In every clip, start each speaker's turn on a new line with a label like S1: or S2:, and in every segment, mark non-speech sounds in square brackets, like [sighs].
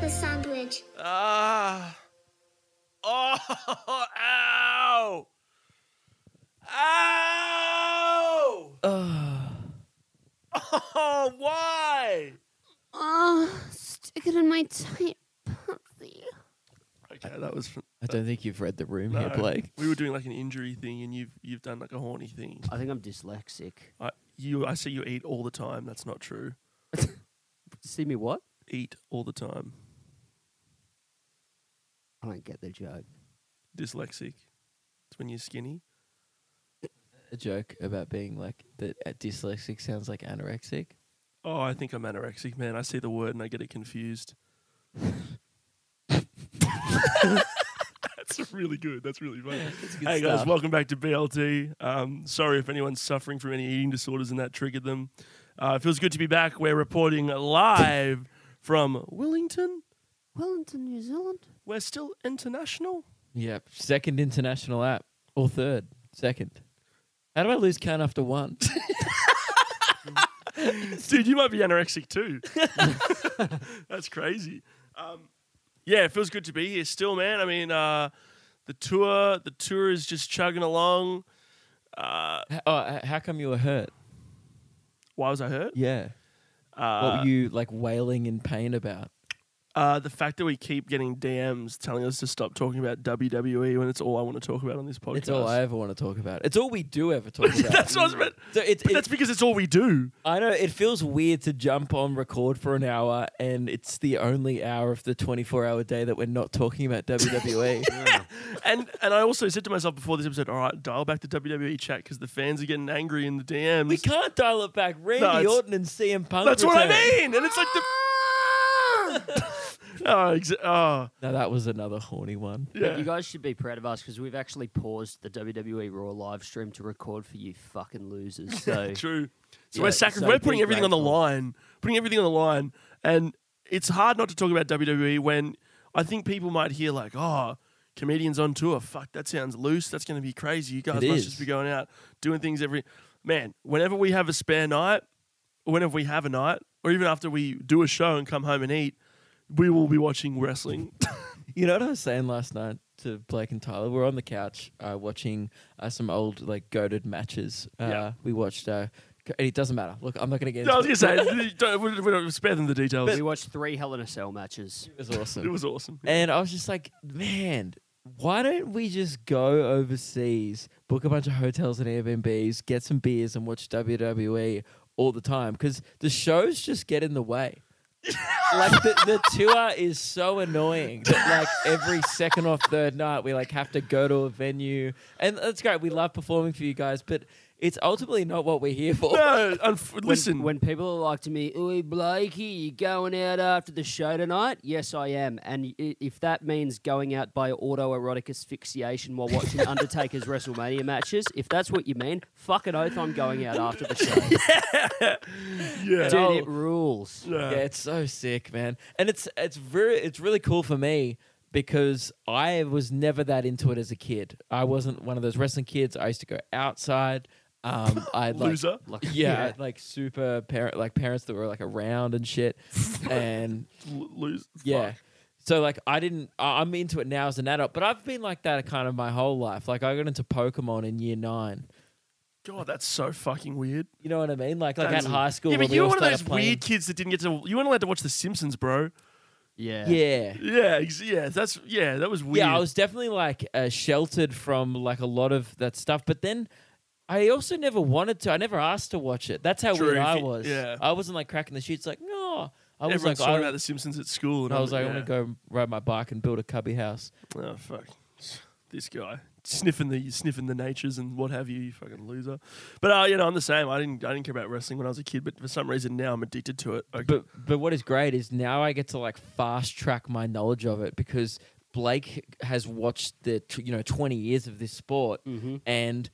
S1: the sandwich.
S2: Ah. Oh, ow. Ow. Oh, [laughs] why?
S3: Oh, stick it in my tight pussy.
S2: Okay, that was from.
S4: I don't think you've read the
S2: [laughs]
S4: room
S2: No,
S4: here, Blake.
S2: we were doing like an injury thing, and you've you've done like a horny thing.
S5: I think I'm dyslexic.
S2: I you I see you eat all the time. That's not true.
S5: [laughs] See me what?
S2: Eat all the time.
S5: I don't get the joke.
S2: Dyslexic. It's when you're skinny.
S4: A joke about being like that uh, dyslexic sounds like anorexic.
S2: Oh, I think I'm anorexic, man. I see the word and I get
S5: [laughs]
S2: it confused. [laughs] That's really good. That's really funny. hey guys,
S4: stuff.
S2: welcome back to BLT. Um, sorry if anyone's suffering from any eating disorders and that triggered them. Uh, it feels good to be back. We're reporting live from Wellington.
S3: Wellington, New Zealand.
S2: We're still
S4: [laughs]
S2: international.
S4: Yep. Second international app or third, second. How do I lose count after
S2: [laughs]
S4: one?
S2: Dude, you might be anorexic too. [laughs] That's crazy. Um, yeah, it feels good to be here still, man. I mean, uh, the tour, the tour is just chugging along. Uh,
S4: H- oh, h- how come you were hurt?
S2: why was I hurt?
S4: Yeah.
S2: Uh,
S4: What were you like wailing in pain about?
S2: uh, the fact that we keep getting DMs telling us to stop talking about WWE when it's all I want to talk about on this podcast.
S4: It's all I ever want to talk about. It's all we do
S2: [laughs]
S4: ever talk about.
S2: That's what I was meant.
S4: So it's,
S2: But [laughs] that's
S4: it's
S2: because it's all we do.
S4: I know it feels weird to jump on record for an hour and it's the only hour of the 24 hour day that we're not talking about E.
S2: [laughs]
S4: WWE.
S2: and and I also said to myself before this episode, all right, dial back the WWE chat because the fans are getting angry in the DMs.
S4: we can't dial it back. Randy
S2: it's-
S4: Orton and CM Punk.
S2: That's what I
S4: return.
S2: mean. And it's like the. [laughs] oh, exa- oh,
S4: No, that was another horny [laughs] one.
S5: But
S2: yeah.
S5: you guys should be proud of us because we've actually paused the WWE Raw live stream to record for you fucking losers. So
S2: True. So
S4: Yeah,
S2: we're sacri-
S4: so
S2: we're
S4: be
S2: putting everything on the
S4: grateful.
S2: line, putting everything on the line, and it's hard not to talk about WWE when I think people might hear like, oh. Comedians on tour, fuck, that sounds loose. That's going to be crazy. You guys
S4: It
S2: must
S4: is.
S2: just be going out doing things every. Man, whenever we have a spare night, whenever we have a night, or even after we do a show and come home and eat, we will be watching wrestling. [laughs]
S4: You know what I was saying last night to Blake and Tyler? We are on the couch uh, watching uh, some old like goaded matches. Uh,
S2: Yeah.
S4: We watched. Uh, c- it doesn't matter. Look, I'm not going to get.
S2: No, I was
S4: into
S2: gonna
S4: [laughs]
S2: say, don't, we we don't spare them the details.
S5: we watched three Hell in a Cell matches.
S4: It was awesome.
S2: it was awesome.
S4: and I was just like, man, why don't we just go overseas, book a bunch of hotels and Airbnbs, get some beers, and watch WWE all the time? Because the shows just get in the way. like the, the tour is so annoying that like every second or third night we like have to go to a venue and that's great we love performing for you guys but it's ultimately not what we're here for
S2: no, unf- listen,
S5: when, when people are like to me, "Oi, Blakey, you going out after the show tonight?" Yes, I am. And i- if that means going out by autoerotic asphyxiation while
S6: [laughs]
S5: watching Undertaker's WrestleMania matches, if that's what you mean, fucking oath, I'm going out after
S6: [laughs]
S5: the show.
S2: yeah,
S5: Dude,
S6: Oh.
S5: it rules.
S2: yeah.
S4: Yeah, it's so sick, man. And it's it's very it's really cool for me because I was never that into it as a kid. I wasn't one of those wrestling kids. I used to go outside.
S2: [laughs]
S4: Um, I like,
S2: loser. [laughs]
S5: Like,
S4: Yeah, like super parent, like parents that were like around
S2: [laughs]
S4: and shit, and
S2: L- lose.
S4: yeah.
S2: Fuck.
S4: So like I didn't I- I'm into it now as an adult, but I've been like that kind of my whole life. Like I got into Pokemon in year nine.
S2: God, that's so fucking weird.
S4: You know what I mean? Like like
S2: That's-
S4: at high school.
S2: yeah,
S4: when
S2: but
S4: we
S2: you were
S4: all
S2: one of
S4: started
S2: those
S4: playing-
S2: weird kids that didn't get to. You weren't allowed to watch The Simpsons, bro.
S5: yeah.
S4: Yeah.
S2: Yeah, ex- yeah. That's yeah. That was weird.
S4: Yeah, I was definitely like uh, sheltered from like a lot of that stuff. But then I also never wanted to. I never asked to watch it. That's how
S2: True,
S4: weird
S2: if
S4: I
S2: you-
S4: was.
S2: yeah.
S4: I wasn't like cracking the sheets. Like no, I was
S2: Everyone's
S4: like
S2: talking
S4: I,
S2: about The Simpsons at school, and
S4: I was like
S2: yeah.
S4: I'm gonna go ride my bike and build a cubby house.
S2: go. Oh fuck, this guy sniffing the sniffing the natures and what have you, you fucking loser. But uh, you know, I'm the same. I didn't I didn't care about wrestling when I was a kid, but for some reason now I'm addicted to it. Like,
S4: But but what is great is now I get to like fast track my knowledge of it because Blake has watched the tw- you know 20 years of this sport and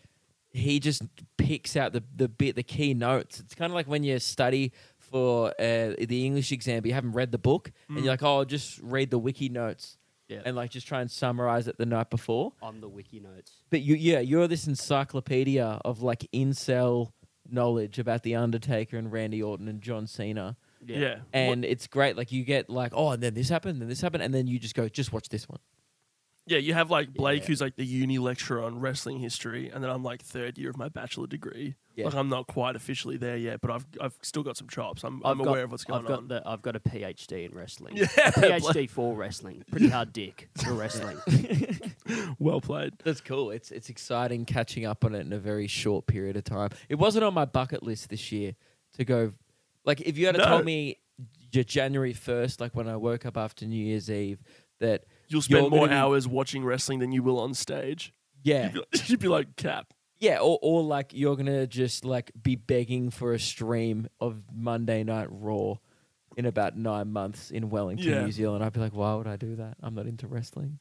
S4: he just picks out the the bit the key notes. It's kind of like when you study for uh, the English exam, but you haven't read the book and you're like, "Oh, just read the wiki notes."
S5: Yeah.
S4: And like just try and summarize it the night before.
S5: On the wiki notes.
S4: But you yeah, you're this encyclopedia of like incel knowledge about the Undertaker and Randy Orton and John Cena.
S6: Yeah.
S2: and it's great. Like you get like, oh, and then this happened, then this happened, and then you just go, just watch this one.
S6: Yeah, you have like Blake,
S2: Yeah.
S6: who's like the uni lecturer on wrestling history, and then I'm like third year of my bachelor degree.
S2: Yeah.
S6: Like I'm not quite officially there yet, but I've I've still got some chops. I'm
S5: I've
S6: I'm
S5: got-
S6: aware of what's going
S5: I've got
S6: on.
S5: The, I've got a PhD in wrestling.
S6: Yeah,
S5: a PhD for wrestling. Pretty hard dick
S6: [laughs]
S5: for wrestling.
S6: well played.
S2: That's cool. It's it's exciting catching up on it in a very short period of time. It wasn't on my bucket list this year to go. Like if you had to
S6: No.
S2: told me j- January first, like when I woke up after New Year's Eve, that
S6: You'll spend
S2: You're gonna
S6: more
S2: be-
S6: hours watching wrestling than you will on stage. You'd
S2: yeah,
S6: be [laughs] like, you'd be like, cap.
S2: yeah, or or like you're gonna just like be begging for a stream of Monday Night Raw in about nine months in Wellington,
S6: Yeah.
S2: New Zealand. I'd be like, why would I do that? I'm not into wrestling.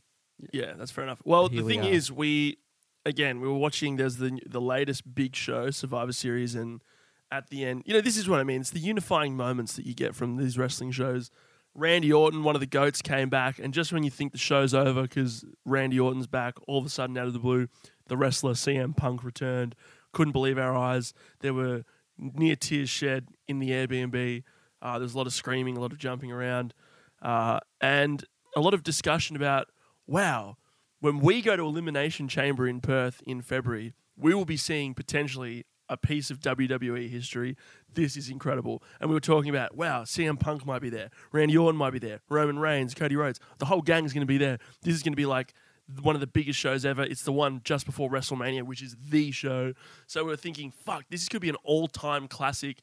S6: Yeah, that's fair enough. Well,
S2: Here
S6: the
S2: we
S6: thing
S2: are.
S6: is, we again we were watching. There's the the latest big show Survivor Series, and at the end, you know, this is what I mean. It's the unifying moments that you get from these wrestling shows. Randy Orton, one of the goats, came back, and just when you think the show's over because Randy Orton's back, all of a sudden out of the blue, the wrestler CM Punk returned. Couldn't believe our eyes. There were near tears shed in the Airbnb. Uh, there was a lot of screaming, a lot of jumping around, uh, and a lot of discussion about wow, when we go to Elimination Chamber in Perth in February, we will be seeing potentially a piece of WWE history. This is incredible. And we were talking about, wow, CM Punk might be there, Randy Orton might be there, Roman Reigns, Cody Rhodes, the whole gang's going to be there. This is going to be like one of the biggest shows ever. It's the one just before WrestleMania, which is the show. So we were thinking, fuck, this could be an all time classic.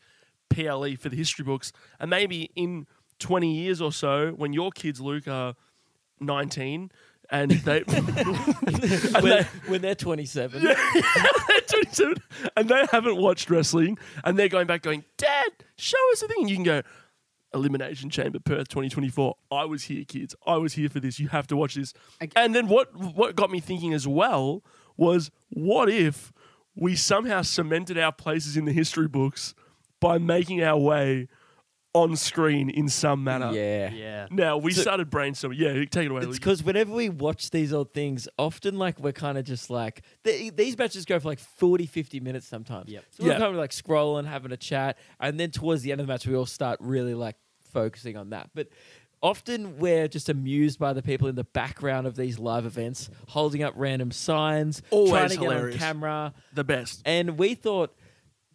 S6: PLE for the history books, and maybe in 20 years or so, when your kids, Luke, are 19 and they,
S2: [laughs]
S6: [laughs] and
S2: When,
S6: they
S2: when they're 27,
S6: [laughs] 27, and they haven't watched wrestling and they're going back going dad show us the thing and you can go elimination chamber perth 2024 i was here kids i was here for this you have to watch this
S5: I-
S6: and then what what got me thinking as well was what if we somehow cemented our places in the history books by making our way on screen in some manner
S2: yeah.
S5: yeah.
S6: now we
S2: So-
S6: started brainstorming yeah take it away
S2: It's
S6: Luke.
S2: because whenever we watch these old things, often like we're kind of just like th- these matches go for like 40, 50 minutes sometimes.
S5: Yep.
S2: So we're
S6: Yeah.
S2: kind of like scrolling, having a chat, and then towards the end of the match, we all start really like focusing on that. But often we're just amused by the people in the background of these live events, holding up random signs, trying
S6: Always
S2: to
S6: hilarious.
S2: get on camera,
S6: the best
S2: and we thought.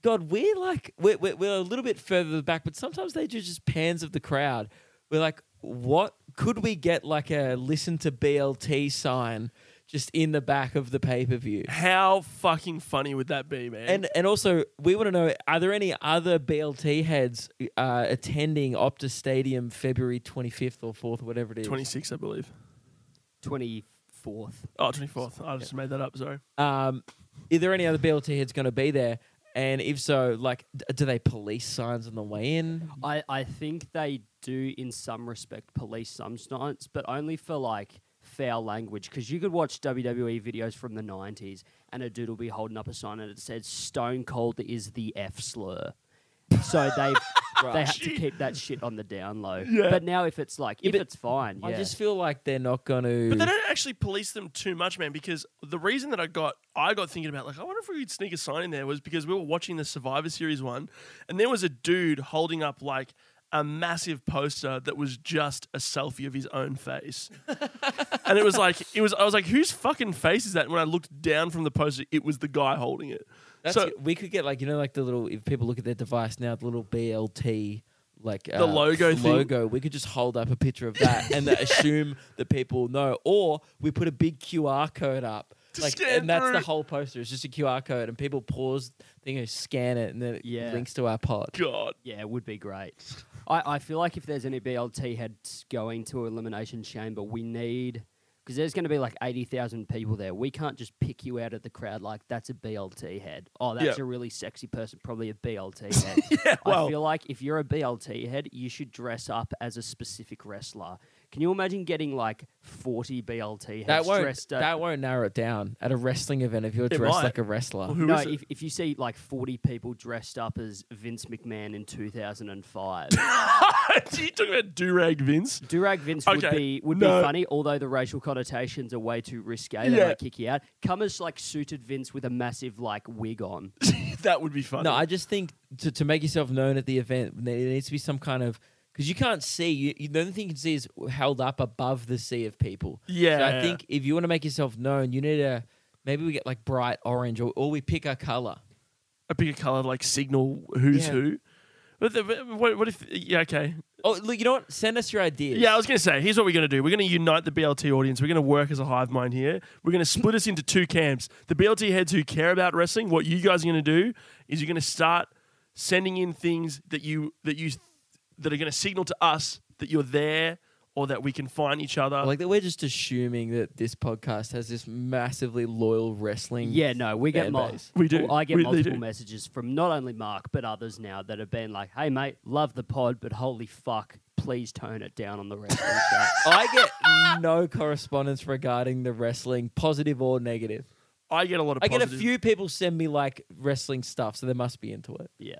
S2: God, we're like we're, we're, we're a little bit further back, but sometimes they do just pans of the crowd. We're like, what could we get like a listen to BLT sign just in the back of the pay per view?
S6: how fucking funny would that be man
S2: And and also we want to know are there any other BLT heads uh, attending Optus Stadium February twenty fifth or fourth, whatever it is?
S6: 26 i believe
S5: 24th.
S6: Oh, 24th. I just made that up. Sorry.
S2: Um, are there any other BLT heads going to be there? And if so, like, d- do they police signs on the way in?
S5: I, I think they do, in some respect, police some stunts, but only for like foul language. Because you could watch WWE videos from the 90s and a dude will be holding up a sign and it says Stone Cold is the F slur. So they they have to keep that shit on the down low.
S6: Yeah.
S5: But now if it's like, if
S2: but
S5: it's fine,
S2: I
S5: yeah.
S2: just feel like they're not going to.
S6: But they don't actually police them too much, man, because the reason that I got I got thinking about like I wonder if we could sneak a sign in there was because we were watching the Survivor Series one and there was a dude holding up like a massive poster that was just a selfie of his own
S2: [laughs]
S6: face. and it was like it was I was like, whose fucking face is that? And when I looked down from the poster, it was the guy holding it.
S2: That's
S6: so
S2: it. we could get like you know like the little if people look at their device now the little BLT like uh,
S6: logo thing.
S2: logo we could just hold up a picture of that and
S6: [laughs]
S2: assume that people know or we put a big QR code up
S6: To
S2: like
S6: scan
S2: and that's the
S6: through.
S2: whole poster it's just a QR code and people pause thing and scan it and then it
S5: Yeah.
S2: links to our pod
S6: God. [laughs]
S5: Yeah, it would be great. I, I feel like if there's any BLT heads going to Elimination Chamber, we need because there's going to be like eighty thousand people there. We can't just pick you out of the crowd like that's a BLT head. Oh, that's
S6: Yeah.
S5: a really sexy person, probably a
S6: [laughs]
S5: BLT head.
S6: well-
S5: I feel like if you're a BLT head, you should dress up as a specific wrestler. Can you imagine getting like forty BLT heads
S2: that won't
S5: dressed up?
S2: that won't narrow it down at a wrestling event if you're
S6: It
S2: dressed
S6: might.
S2: like a wrestler
S6: Well, who
S5: no,
S6: is it?
S5: if, if you see like 40 people dressed up as Vince McMahon in 2005,
S6: you talking about Durag Vince? [laughs]
S5: Durag Vince would
S6: Okay,
S5: be would
S6: no.
S5: be funny, although the racial connotations are way too risque. They
S6: Yeah.
S5: might kick you out. Come as like suited Vince with a massive like wig
S6: Mm.
S5: on.
S6: that would be funny.
S2: No, I just think to, to make yourself known at the event, there needs to be some kind of because you can't see. You, you, the only thing you can see is held up above the sea of people. So I
S6: Yeah.
S2: think if you want to make yourself known, you need to maybe we get like bright orange or, or we pick a color.
S6: a bigger color like signal who's
S2: Yeah.
S6: who. But, the, but what, what if? Yeah, okay.
S2: Oh, look, you know what? Send us your ideas.
S6: Yeah, I was going to say, here's what we're going to do. We're going to unite the BLT audience. We're going to work as a hive mind here. We're going to split us into two camps. The BLT heads who care about wrestling, what you guys are going to do is you're going to start sending in things that you that you that are going to signal to us that you're there or that we can find each other.
S2: Like that, we're just assuming that this podcast has this massively loyal wrestling.
S5: Yeah, no, we get
S2: Fan
S5: mul-
S2: base.
S6: We do.
S5: well, I get
S6: We- they
S5: multiple
S6: do.
S5: messages from not only Mark but others now that have been like, "Hey, mate, love the pod, but holy fuck, please tone it down on the
S6: [laughs]
S5: wrestling show."
S2: I get no correspondence regarding the wrestling, positive or negative.
S6: I get a lot of
S2: I get a
S6: positive-
S2: few people send me like wrestling stuff, so they must be into it.
S5: Yeah,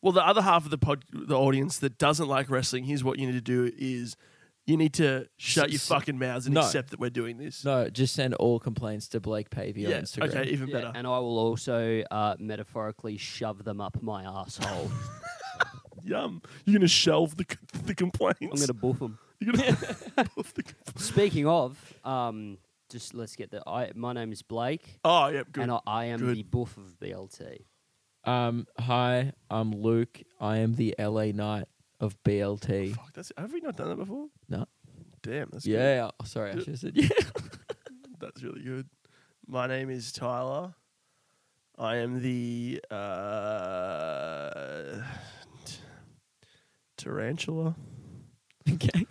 S6: Well, the other half of the pod, the audience that doesn't like wrestling, here's what you need to do is you need to shut
S2: S-
S6: your
S2: s-
S6: fucking mouths and
S2: no.
S6: accept that we're doing this.
S2: No, just send all complaints to Blake Pavey
S6: yeah,
S2: on Instagram.
S6: okay, even
S5: Yeah,
S6: better.
S5: And I will also uh, metaphorically shove them up my asshole.
S6: Yum. You're going to shelve the, [laughs] c- the complaints.
S5: [laughs] I'm gonna boof them.
S6: You're
S2: [laughs]
S6: gonna off the-
S5: Speaking of, um, just let's get the. I, my name is Blake,
S6: oh, yeah, good.
S5: and I, I am
S6: Good.
S5: the boof of BLT.
S2: Um, hi, I'm Luke. I am the LA Knight of BLT.
S6: Oh, Fuck, that's, have we not done that before?
S2: No.
S6: Damn, that's good.
S2: Yeah. Oh, sorry, I should have said
S6: [laughs]
S2: yeah.
S6: That's really good. My name is Tyler. I am the uh, t- tarantula.
S2: okay.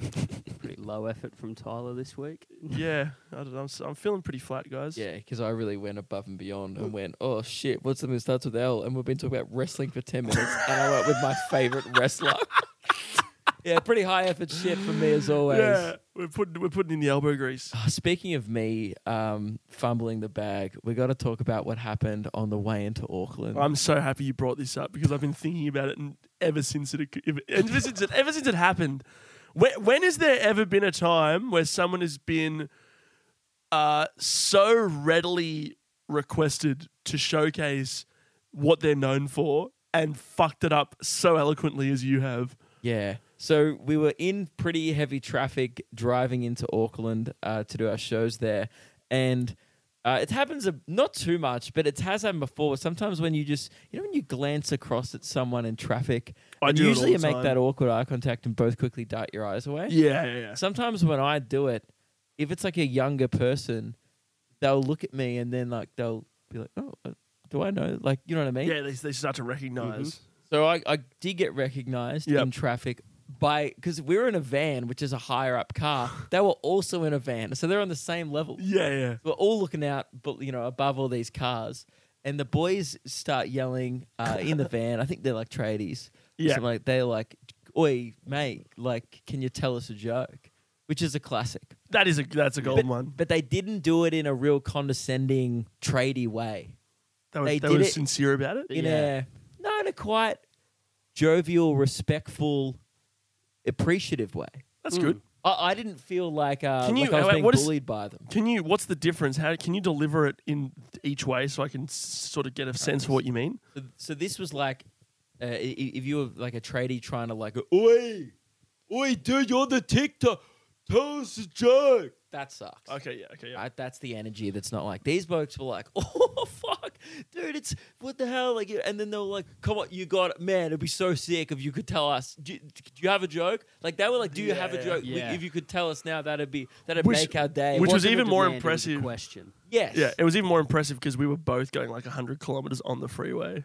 S5: Pretty low effort from Tyler this week.
S6: Yeah, I don't know, I'm, s- I'm feeling pretty flat, guys.
S2: Yeah, because I really went above and beyond and went, oh shit, what's something that starts with L? And we've been talking about wrestling for ten minutes, and I went with my
S6: [laughs]
S2: favorite wrestler. yeah, pretty high effort shit for me as always.
S6: yeah. We're putting we're putting in the elbow grease.
S2: Ah, Speaking of me um, fumbling the bag, we got to talk about what happened on the way into Auckland.
S6: I'm so happy you brought this up because I've been thinking about it and ever since it occ- ev- ever since it ever since it happened. When, when has there ever been a time where someone has been uh, so readily requested to showcase what they're known for and fucked it up so eloquently as you have?
S2: Yeah. So we were in pretty heavy traffic driving into Auckland uh, to do our shows there, and uh, it happens a, not too much, but it has happened before. Sometimes when you just you know when you glance across at someone in traffic,
S6: I
S2: and
S6: do it all
S2: usually you
S6: the
S2: make
S6: time.
S2: that awkward eye contact and both quickly dart your eyes away.
S6: Yeah, yeah, yeah.
S2: Sometimes when I do it, if it's like a younger person, they'll look at me and then like they'll be like, "Oh, uh, do I know?" Like you know what I mean?
S6: Yeah, they, they start to recognize.
S2: So I, I did get recognized
S6: Yep.
S2: in traffic by because we were in a van, which is a higher
S6: [sighs]
S2: up car. They were also in a van, so they're on the same level.
S6: Yeah, yeah.
S2: We're all looking out, but you know, above all these cars, and the boys start yelling uh, in the van. I think they're like tradies. or
S6: Yeah.
S2: something like they're like, "Oi, mate! Like, can you tell us a joke?" Which is a classic.
S6: That is a that's a gold
S2: But,
S6: one.
S2: but they didn't do it in a real condescending tradie way
S6: They were,
S2: they
S6: they
S2: did
S6: were
S2: it-
S6: sincere about it.
S2: in
S5: Yeah.
S2: a no, in a quite jovial, respectful, appreciative way.
S6: That's good.
S2: I, I didn't feel like, uh,
S6: Can you-
S2: like I was
S6: wait,
S2: being
S6: what is-
S2: bullied by them.
S6: Can you? What's the difference? How can you deliver it in each way so I can s- sort of get a sense for what you mean?
S2: So, so this was like, uh, i- i- if you were like a tradie trying to like, oi, oi, dude, you're the TikTok, tell us a joke. That sucks.
S6: Okay, yeah, okay, yeah.
S2: Right? That's the energy that's not like these blokes were like, [laughs] oh fuck, dude, it's what the hell, like, and then they were like, come on, you got it, man, it'd be so sick if you could tell us. Do you, do you have a joke? Like they were like, do you have a
S6: Yeah.
S2: joke? We-
S5: Yeah.
S2: If you could tell us now, that'd be that'd
S6: Which-
S2: make our day.
S5: It
S6: Which was
S5: wasn't a
S6: even more
S5: demand, it was a
S6: impressive.
S5: question.
S2: yes,
S6: yeah, it was even more impressive because we were both going like 100 kilometers on the freeway.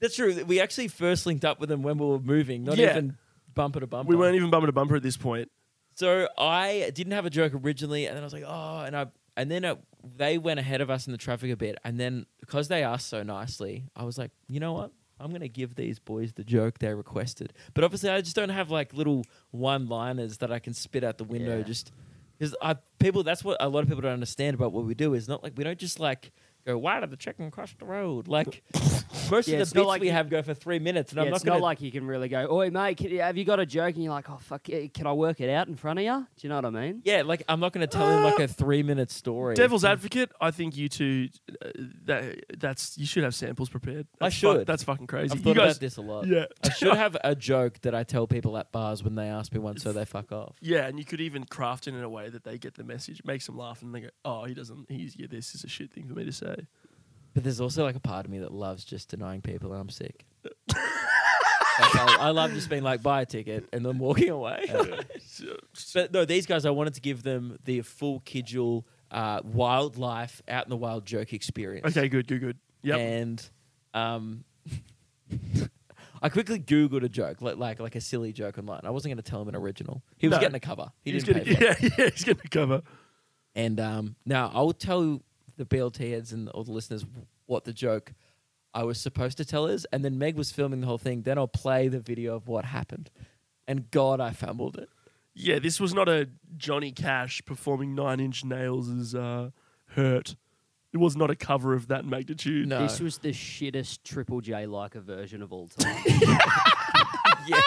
S2: that's true. We actually first linked up with them when we were moving, not
S6: Yeah.
S2: even bumper to bumper.
S6: We weren't even bumper to bumper at this point.
S2: So I didn't have a joke originally, and then I was like, oh, and I and then uh they went ahead of us in the traffic a bit, and then because they asked so nicely, I was like, you know what? I'm gonna give these boys the joke they requested. But obviously, I just don't have like little one-liners that I can spit out the window
S5: Yeah.
S2: just because I people. That's what a lot of people don't understand about what we do. Is not like we don't just like go, why did the chicken cross the
S5: [laughs]
S2: road? Like, most
S5: Yeah,
S2: of
S5: it's
S2: the
S5: not
S2: bits
S5: like
S2: we
S5: you-
S2: have go for three minutes, and
S5: Yeah,
S2: I'm not
S5: it's
S2: going
S5: not like you can really go, oi, mate, can, have you got a joke? And you're like, oh, fuck, yeah, can I work it out in front of you? Do you know what I mean?
S2: Yeah, like I'm not going to tell
S5: [gasps]
S2: him like a three minute story.
S6: Devil's advocate. I think you two, uh, that that's you should have samples prepared. That's
S2: I
S6: fuck-
S2: should.
S6: that's fucking crazy.
S2: I've
S6: you
S2: thought
S6: guys,
S2: about this a lot.
S6: yeah, [laughs]
S2: I [laughs] should have a joke that I tell people at bars when they ask me one, so they fuck off.
S6: yeah, and you could even craft it in a way that they get the message, makes them laugh, and they go, "Oh, he doesn't. He's yeah, this is a shit thing for me to say."
S2: But there's also like a part of me that loves just denying people I'm sick. Like, I, I love just being like, buy a ticket and then walking away. [laughs]
S6: So, so-
S2: but no, these guys, I wanted to give them the full Kidgel uh, wildlife out in the wild joke experience. [laughs]
S6: okay, good, good, good. Yep.
S2: And um, [laughs] I quickly Googled a joke, like, like like a silly joke online. I wasn't going to tell him an original. He was
S6: No.
S2: getting a cover. He
S6: he's
S2: didn't
S6: gonna,
S2: pay for it.
S6: yeah, [laughs] yeah, he's gonna cover.
S2: And um, now I'll tell the BLT heads and all the listeners what the joke I was supposed to tell is. And then Meg was filming the whole thing. Then I'll play the video of what happened. And God, I fumbled it.
S6: Yeah, this was not a Johnny Cash performing Nine Inch Nails as uh, Hurt. It was not a cover of that magnitude.
S2: No.
S5: This was the shittest Triple J like version of all time. [laughs]
S2: yeah.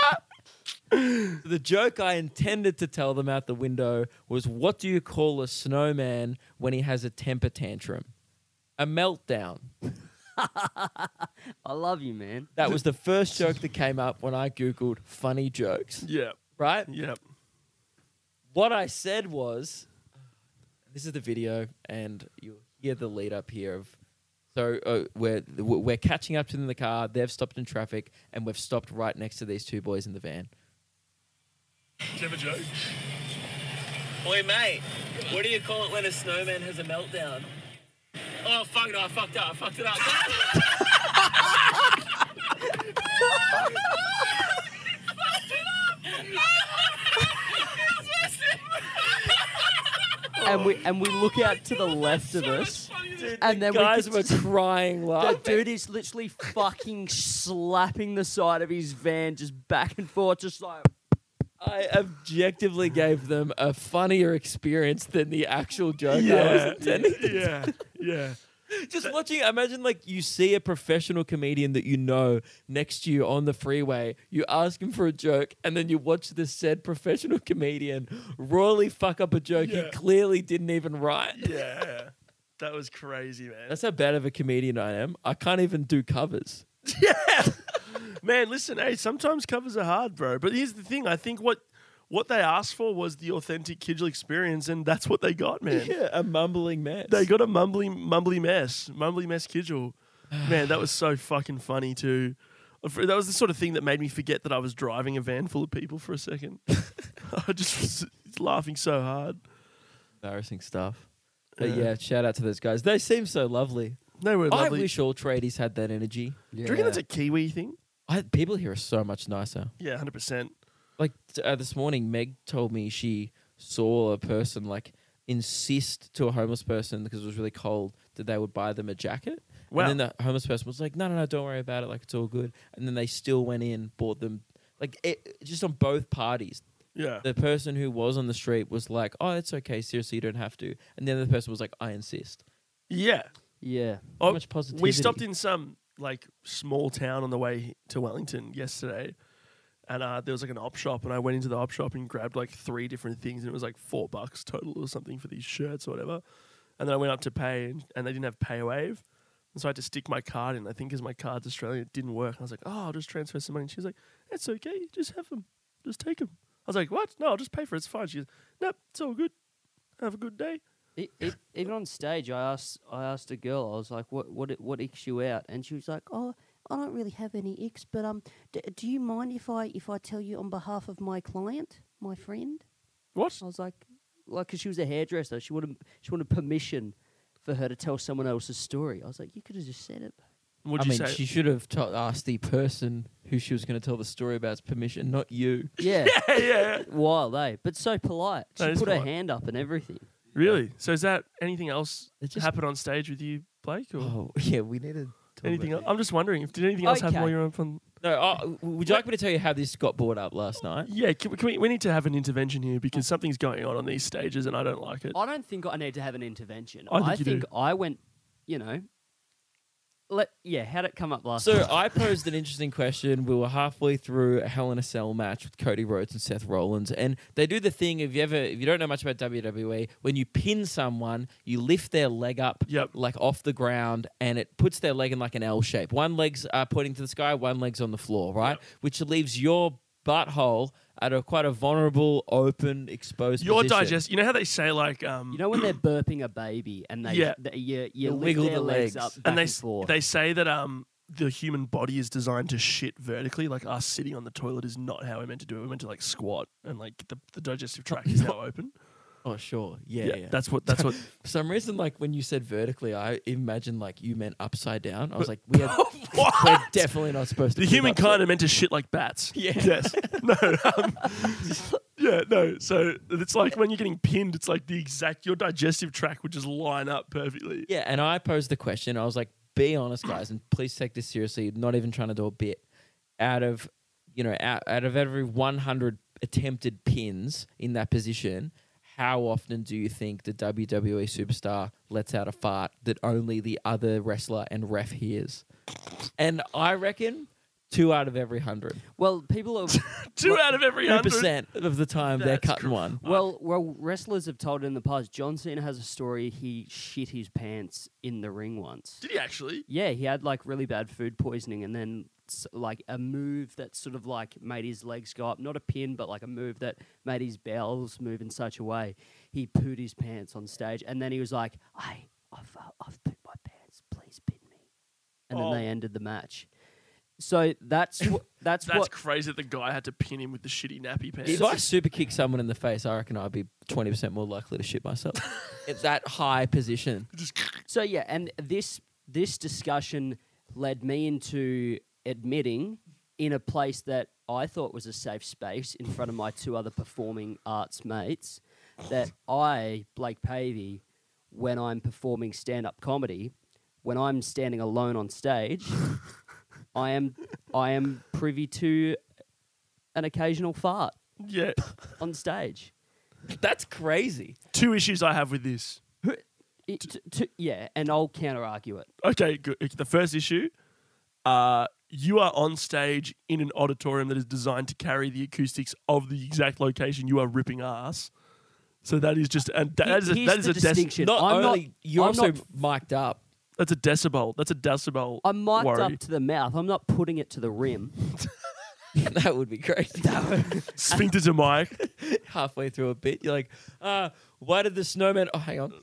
S2: So the joke I intended to tell them out the window was what do you call a snowman when he has a temper tantrum? A meltdown.
S5: I love you, man.
S2: That was the first joke that came up when I Googled funny jokes,
S6: Yeah,
S2: right?
S6: yeah.
S2: What I said was this is the video, and you'll hear the lead up here of. So uh, we're, we're catching up to them in the car. They've stopped in traffic, and we've stopped right next to these two boys in the van.
S6: Do you have a
S2: [laughs]
S6: joke?
S7: Oi, mate, what do you call it when a snowman has a meltdown? Oh, fuck it, I fucked up, I fucked it up.
S5: And we and we look out to the left of us, and then
S2: Guys
S5: we
S2: were crying
S5: The
S2: laughing.
S5: dude is literally fucking slapping the side of his van just back and forth, just like.
S2: I objectively gave them a funnier experience than the actual joke I was
S6: Yeah,
S2: intending.
S6: yeah, yeah.
S2: Just watching, imagine like you see a professional comedian that you know next to you on the freeway, you ask him for a joke, and then you watch this said professional [laughs] comedian royally fuck up a joke he
S6: Yeah.
S2: clearly didn't even write.
S6: Yeah. That was crazy, man.
S2: That's how bad of a comedian I am. I can't even do covers.
S6: man, listen, hey, sometimes covers are hard, bro. But here's the thing, I think what what they asked for was the authentic Kidgel experience, and that's what they got, man.
S2: Yeah, [laughs] a mumbling mess.
S6: They got a mumbly mumbly mess. Mumbly mess Kidgel. Man,
S2: [sighs]
S6: that was so fucking funny too. That was the sort of thing that made me forget that I was driving a van full of people for a
S2: [laughs]
S6: second. [laughs] I just was laughing so hard.
S2: embarrassing stuff. But
S6: Yeah.
S2: yeah, shout out to those guys. They seem so lovely.
S6: They were
S2: I
S6: lovely.
S2: wish all tradies had that energy.
S6: Do you reckon that's a Kiwi thing?
S2: I, people here are so much nicer.
S6: Yeah, hundred percent.
S2: Like t- uh, this morning, Meg told me she saw a person like insist to a homeless person because it was really cold that they would buy them a jacket.
S6: Wow.
S2: And then the homeless person was like, "No, no, no, don't worry about it. Like it's all good." And then they still went in, bought them. Like it, just on both parties,
S6: Yeah.
S2: the person who was on the street was like, "Oh, it's okay. Seriously, you don't have to." And the other person was like, "I insist."
S6: Yeah.
S5: Yeah.
S2: How
S6: Oh,
S2: much positivity?
S6: We stopped in some like small town on the way to Wellington yesterday, and uh, there was like an op shop, and I went into the op shop and grabbed like three different things, and it was like four bucks total or something for these shirts or whatever. And then I went up to pay, and, and they didn't have PayWave, and so I had to stick my card in. I think as my card's Australian, it didn't work. And I was like, "Oh, I'll just transfer some money." And she was like, "It's okay, just have them, just take them." I was like, "What? No, I'll just pay for it. It's fine." She goes, "Nope, it's all good. Have a good day."
S5: E- e- even on stage, I asked I asked a girl. I was like, "What what i- what icks you out?" And she was like,
S8: oh, I don't really have any icks, but um, d- do you mind if I if I tell you on behalf of my client, my friend?
S6: What?
S8: I was like,
S5: "Like, 'cause she was a hairdresser. She wanted she wanted permission for her to tell someone else's story." I was like, "You could have just
S6: [laughs]
S5: said it."
S6: Would
S2: I
S6: you
S2: mean,
S6: say?
S2: she should have to- asked the person who she was going to tell the story about's permission, not you.
S5: Yeah.
S6: yeah, yeah.
S5: While they, but so polite. She
S6: That is
S5: put her
S6: polite.
S5: hand up and everything.
S6: Really? So is that anything else
S2: It just-
S6: happen on stage with you, Blake, or
S2: Oh, [laughs] yeah, we need to.
S6: anything? Else? I'm just wondering if did anything else happen
S5: Okay.
S6: while you were on? From,
S2: No, uh, would you like me to tell you how this got brought up last night?
S6: yeah, can we, can we we need to have an intervention here because something's going on on these stages and I don't like it.
S5: I don't think I need to have an intervention.
S6: I think you
S5: think I went you know, let yeah, how'd it come up last?
S2: So uh,
S5: time?
S2: I posed an interesting question. We were halfway through a Hell in a Cell match with Cody Rhodes and Seth Rollins, and they do the thing. If you ever, if you don't know much about WWE, when you pin someone, you lift their leg up,
S6: Yep.
S2: like off the ground, and it puts their leg in like an L shape. One leg's uh, pointing to the sky, one leg's on the floor, right? Which leaves your butthole at a quite a vulnerable, open, exposed.
S6: Your
S2: position.
S6: digest. You know how they say like um,
S5: you know when they're burping a baby and they
S6: Yeah.
S5: they- you, you
S2: You
S5: lift
S2: wiggle
S5: their
S2: the
S5: legs,
S2: legs.
S5: up back
S6: and
S5: and,
S6: they s-
S5: forth.
S6: they say that um the human body is designed to shit vertically. Like us sitting on the toilet is not how we're meant to do it. We're meant to like squat and like the, the digestive tract
S2: [laughs]
S6: is now open.
S2: Oh sure, yeah, yeah.
S6: that's what that's what.
S2: For some reason, like when you said vertically, I imagined like you meant upside down. I was like, we [laughs] are we're
S6: what? [laughs]
S2: definitely not supposed to.
S6: The
S2: put
S6: human
S2: upside-
S6: kind are meant to shit like bats.
S2: Yeah.
S6: [laughs] Yes. No. Um, yeah. No. So it's like when you're getting pinned, it's like the exact your digestive tract would just line up perfectly.
S2: Yeah, and I posed the question. I was like, "Be honest, guys, and please take this seriously. Not even trying to do a bit. Out of you know, out, out of every 100 attempted pins in that position, how often do you think the WWE superstar lets out a fart that only the other wrestler and ref hears? And I reckon two out of every hundred.
S5: well,
S6: [laughs]
S5: people are
S6: Two out of every
S2: Two
S6: hundred.
S2: percent of the time they're
S6: That's
S2: cutting one.
S5: well, well, wrestlers have told in the past. John Cena has a story. He shit his pants in the ring once.
S6: Did he actually?
S5: Yeah, he had like really bad food poisoning, and then s- like a move that sort of like made his legs go up, not a pin, but like a move that made his bowels move in such a way he pooed his pants on stage, and then he was like, "I, I've, uh, I've pooed my pants. Please pin me," and
S6: Oh.
S5: then they ended the match. So that's wh- [laughs] that's,
S6: That's
S5: what.
S6: crazy that the guy had to pin him with the shitty nappy pants.
S2: If I super kick someone in the face, I reckon I'd be twenty percent more likely to shit myself. it's that high position.
S6: Just
S5: so yeah, and this this discussion led me into admitting in a place that I thought was a safe space in front of my two other performing arts mates that I, Blake Pavey, when I'm performing stand up comedy, when I'm standing alone on stage, I am I am privy to an occasional fart
S6: yeah.
S5: on stage.
S2: That's crazy.
S6: Two issues I have with this.
S5: It- t- t- yeah, and I'll counter argue it.
S6: Okay, good. The first issue, uh, you are on stage in an auditorium that is designed to carry the acoustics of the exact location you are ripping ass. So that is just and that
S5: Here-
S6: is a,
S5: here's
S6: that is
S5: the
S6: a deci-
S5: distinction.
S2: Not
S5: I'm not-
S2: Uh, only you're
S5: I'm
S2: also
S5: not-
S2: mic'd up.
S6: that's a decibel. That's a decibel.
S5: I'm mic'd
S6: worry.
S5: up to the mouth. I'm not putting it to the rim.
S2: that would be crazy.
S6: Sphincter to mic.
S2: Halfway through a bit, you're like, uh, why did the snowman? Oh, hang on.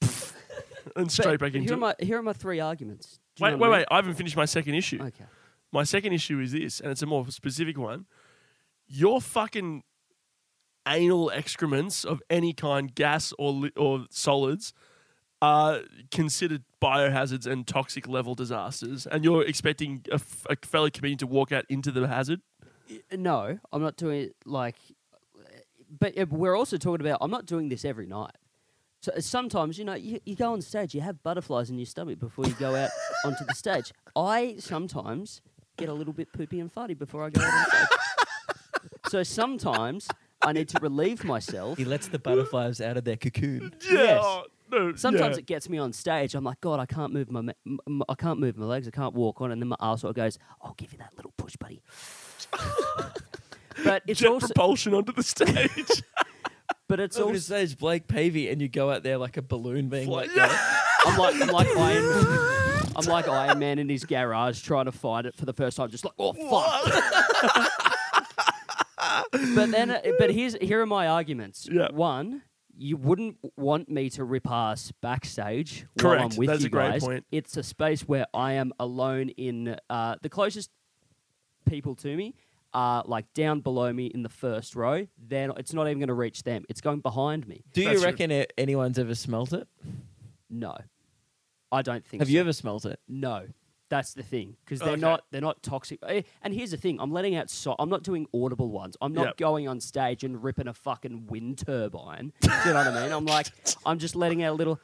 S6: and
S5: [laughs] But
S6: straight back into.
S5: here
S6: it.
S5: are my here are my three arguments. Do you
S6: wait,
S5: know
S6: wait,
S5: what
S6: wait! I haven't finished my second issue.
S5: I mean? Okay.
S6: My second issue is this, and it's a more specific one. Your fucking anal excrements of any kind, gas or li- or solids, are considered biohazards and toxic level disasters, and you're expecting a, f- a fellow comedian to walk out into the hazard.
S5: Uh, No, I'm not doing it like. But uh, we're also talking about I'm not doing this every night. So uh, sometimes you know you, you go on stage, you have butterflies in your stomach before you go out
S6: [laughs]
S5: onto the stage. I sometimes get a little bit poopy and farty before I go out on
S6: [laughs]
S5: stage. so sometimes I need to relieve myself.
S2: He lets the butterflies out of their cocoon.
S5: Yes.
S6: oh, no,
S5: Sometimes
S6: yeah.
S5: it gets me on stage. I'm like, God, I can't move my, ma- m- m- I can't move my legs. I can't walk on. And then my arsehole goes, I'll give you that little push, buddy. but it's
S6: jet
S5: also,
S6: propulsion onto the stage.
S5: but it's
S2: [laughs] So on
S5: also,
S2: stage, Blake Pavey, and you go out there like a balloon being
S6: Fly-
S2: let go.
S5: I'm like, I'm like Iron, I'm like Iron Man in his garage trying to find it for the first time. Just like, oh fuck. but then, uh, but here's here are my arguments.
S6: Yeah.
S5: One. You wouldn't want me to rip ass backstage while
S6: Correct.
S5: I'm with
S6: That's
S5: you
S6: a great
S5: guys.
S6: point.
S5: It's a space where I am alone in uh, the closest people to me are like down below me in the first row. Then it's not even going to reach them. It's going behind me.
S2: Do you
S6: That's your-
S2: reckon it, anyone's ever smelt it?
S5: No, I don't think.
S2: Have
S5: so.
S2: you ever smelt it?
S5: No, that's the thing because they're
S6: Okay.
S5: not they're not toxic. Eh, And here's the thing: I'm letting out. So- I'm not doing audible ones. I'm not
S6: Yep.
S5: going on stage and ripping a fucking wind turbine. Do you know what I mean?
S6: [laughs]
S5: I'm like, I'm just letting out a little.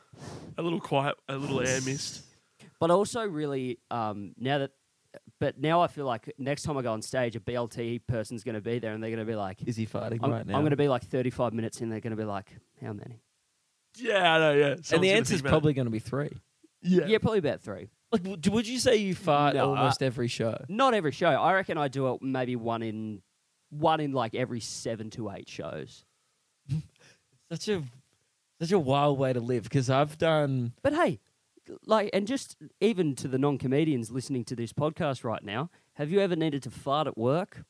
S6: a little quiet, a little air mist.
S5: But also, really, um, now that. But now I feel like next time I go on stage, a BLT person's going to be there, and they're going to be like,
S2: Is he farting
S5: I'm,
S2: right now?
S5: I'm going to be like 35 minutes in. They're going to be like, how many?
S6: Yeah, I know. Yeah,
S2: and
S6: Someone's
S2: the
S6: gonna
S2: answer's
S6: think about it.
S2: probably going to be three.
S6: Yeah.
S5: Yeah, probably about three.
S2: Like, w- d- would you say you fart
S5: No, I-
S2: almost every show?
S5: Not every show. I reckon I do it maybe one in one in like every seven to eight shows.
S2: Such a such a wild way to live because I've done.
S5: But hey, like, and just even to the non comedians listening to this podcast right now, have you ever needed to fart at work?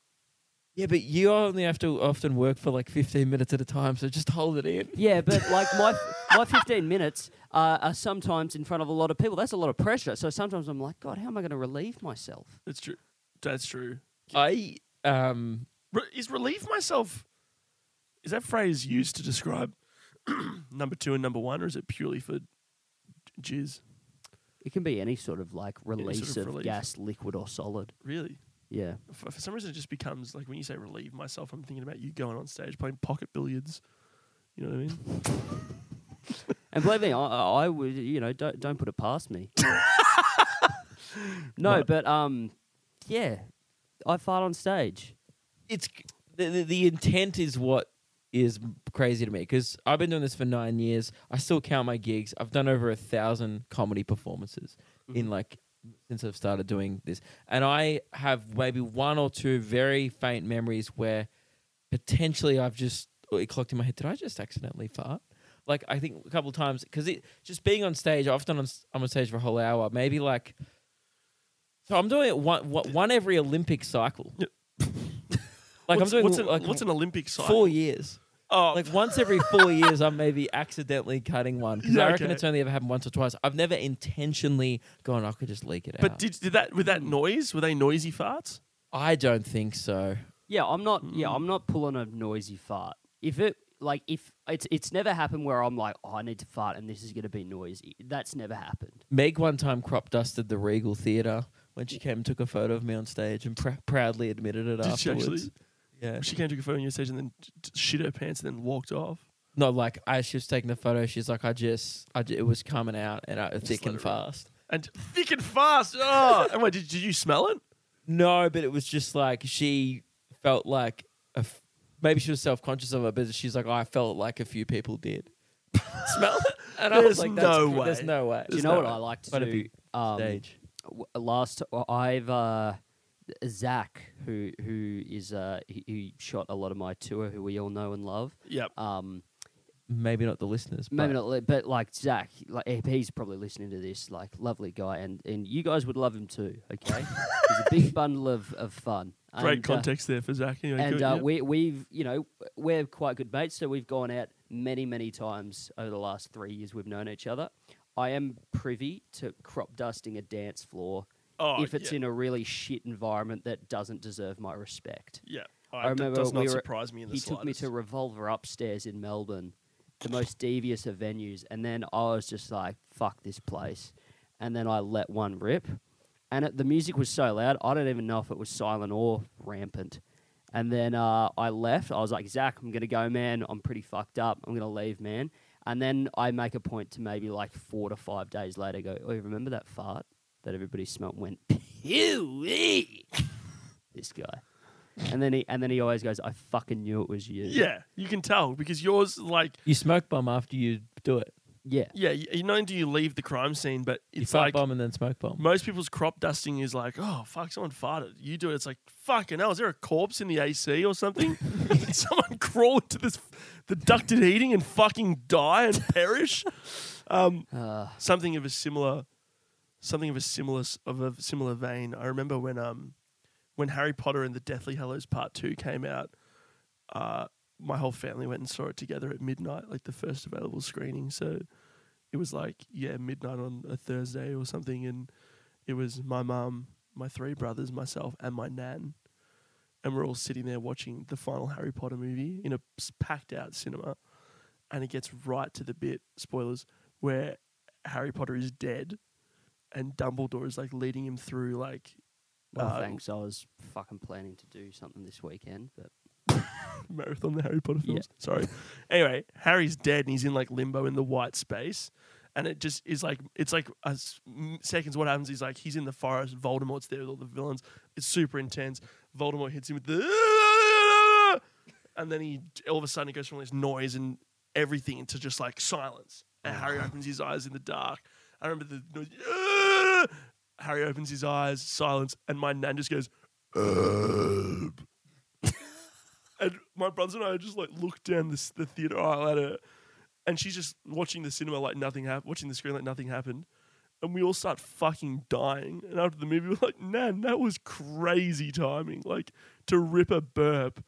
S2: Yeah, but you only have to often work for like 15 minutes at a time, so just hold it in.
S5: Yeah, but like my [laughs] my fifteen minutes uh, are, are sometimes in front of a lot of people. That's a lot of pressure. So sometimes I'm like, God, how am I going to relieve myself?
S6: That's true. That's true.
S2: I um
S6: Re- is relieve myself? Is that phrase used to describe [clears throat] number two and number one, or is it purely for j- jizz?
S5: It can be any sort of like
S6: of
S5: release of,
S6: relief.
S5: gas, liquid, or solid.
S6: Really?
S5: Yeah.
S6: For, for some reason, it just becomes like when you say relieve myself, I'm thinking about you going on stage playing pocket billiards. You know what I mean?
S5: And believe me, I, I I would, you know, don't don't put it past [laughs] me. no, but um, yeah, I fart on stage.
S2: it's the, the, the intent is what is crazy to me because I've been doing this for nine years. I still count my gigs. I've done over a thousand comedy performances
S6: Mm-hmm.
S2: in like since I've started doing this, and I have maybe one or two very faint memories where potentially I've just it clocked in my head. Did I just accidentally fart? Like I think a couple times because it just being on stage. Often on, s- I'm on stage for a whole hour. Maybe like so I'm doing it one one one every Olympic cycle.
S6: Yep.
S2: [laughs] like
S6: what's,
S2: I'm doing
S6: what's an,
S2: like
S6: what's an Olympic cycle?
S2: four years.
S6: Oh,
S2: Like once every four years, I'm maybe accidentally cutting one because
S6: Yeah,
S2: I reckon
S6: okay.
S2: it's only ever happened once or twice. I've never intentionally gone. I could just leak it
S6: but
S2: out.
S6: did, did that with
S2: Mm.
S6: that noise? Were they noisy farts?
S2: I don't think so.
S5: Yeah, I'm not. Yeah,
S2: Mm-hmm.
S5: I'm not pulling a noisy fart. If it like if it's it's never happened where I'm like, oh, I need to fart and this is gonna be noisy. That's never happened.
S2: Meg one time crop dusted the Regal Theatre when she came and took a photo of me on stage and pr- proudly admitted it
S6: Did she
S2: afterwards.
S6: actually?
S2: Yeah.
S6: She came to a photo on your stage and then t- t- shit her pants and then walked off.
S2: No, like I she was taking the photo. She's like, I just, I ju- it was coming out and I, thick
S6: let
S2: and
S6: it rip.
S2: fast. [laughs]
S6: And thick and [laughs] fast. Oh, and wait, did, did you smell it?
S2: No, but it was just like she felt like a f- maybe she was self conscious of it, but she's like, "Oh, I felt like a few people did [laughs] smell it, and I was
S6: There's
S2: like, That's
S6: no
S2: cr- There's
S6: way.
S2: no way.
S5: Do you
S6: There's
S5: know
S6: no
S5: what
S6: way.
S5: I like to
S2: Quite a
S5: do?
S2: bit
S5: um,
S2: stage.
S5: w- last I've uh, Zach, who who is uh, he, he shot a lot of my tour, who we all know and love.
S6: Yep.
S5: Um,
S2: Maybe not the listeners.
S5: maybe
S2: but-
S5: not, li- but like Zach, like he- he's probably listening to this, like lovely guy, and and you guys would love him too. Okay,
S2: [laughs]
S5: he's a big bundle of of fun.
S6: Great
S5: And, uh,
S6: context there for Zach. Anyway,
S5: and
S6: good,
S5: uh,
S6: yeah.
S5: we, we've you know we're quite good mates, so we've gone out many many times over the last three years we've known each other. I am privy to crop dusting a dance floor
S6: Oh,
S5: if it's
S6: yeah.
S5: in a really shit environment that doesn't deserve my respect.
S6: Yeah.
S5: I
S6: that
S5: remember
S6: does not
S5: we were-
S6: surprise me in the
S5: He took me to
S6: slightest.
S5: Revolver upstairs in Melbourne, the most devious of venues, and then I was just like, "Fuck this place," and then I let one rip, and it, the music was so loud I don't even know if it was silent or rampant. And then uh, I left. I was like, Zach, I'm gonna go, man. I'm pretty fucked up. I'm gonna leave, man. And then I make a point to maybe like four to five days later go, oh, you remember that fart that everybody smelt and went, [laughs] pew this guy. And then he and then he always goes, I fucking knew it was you.
S6: Yeah, you can tell because yours, like,
S2: You smoke bomb after you do it.
S5: Yeah.
S6: yeah, y- you know, do you leave the crime scene, but
S2: You
S6: it's
S2: fart
S6: like
S2: bomb and then smoke bomb.
S6: most people's crop dusting is like, oh, fuck, someone farted. You do it. It's like, fucking hell, is there a corpse in the AC or
S5: [laughs]
S6: something? [laughs] Did someone crawl into this, the ducted heating and fucking die and perish? Um,
S5: Uh,
S6: something of a similar something of a similar s- of a similar vein. I remember when um when Harry Potter and the Deathly Hallows Part Two came out, uh, my whole family went and saw it together at midnight, like the first available screening. So it was like yeah, midnight on a Thursday or something, and it was my mum, my three brothers, myself, and my nan. And we're all sitting there watching the final Harry Potter movie in a packed out cinema. And it gets right to the bit, spoilers, where Harry Potter is dead, and Dumbledore is like leading him through like
S5: well,
S6: Uh,
S5: thanks. I was fucking planning to do something this weekend, but
S6: [laughs] marathon the Harry Potter
S5: Yeah.
S6: films. Sorry. Anyway, Harry's dead and he's in like limbo in the white space, and it just is like it's like a s- m- seconds. What happens is like he's in the forest. Voldemort's there with all the villains. It's super intense. Voldemort hits him with the, [laughs] and then he all of a sudden it goes from this noise and everything to just like silence. And Harry opens his eyes in the dark, I remember the noise. [laughs] "Ah!" Harry opens his eyes, silence, and my nan just goes, "Herb." and my brothers and I just like looked down this, the theater aisle at her, and she's just watching the cinema like nothing happened, watching the screen like nothing happened. And we all start fucking dying. And after the movie, we're like, Nan, that was crazy timing. Like, to rip a burp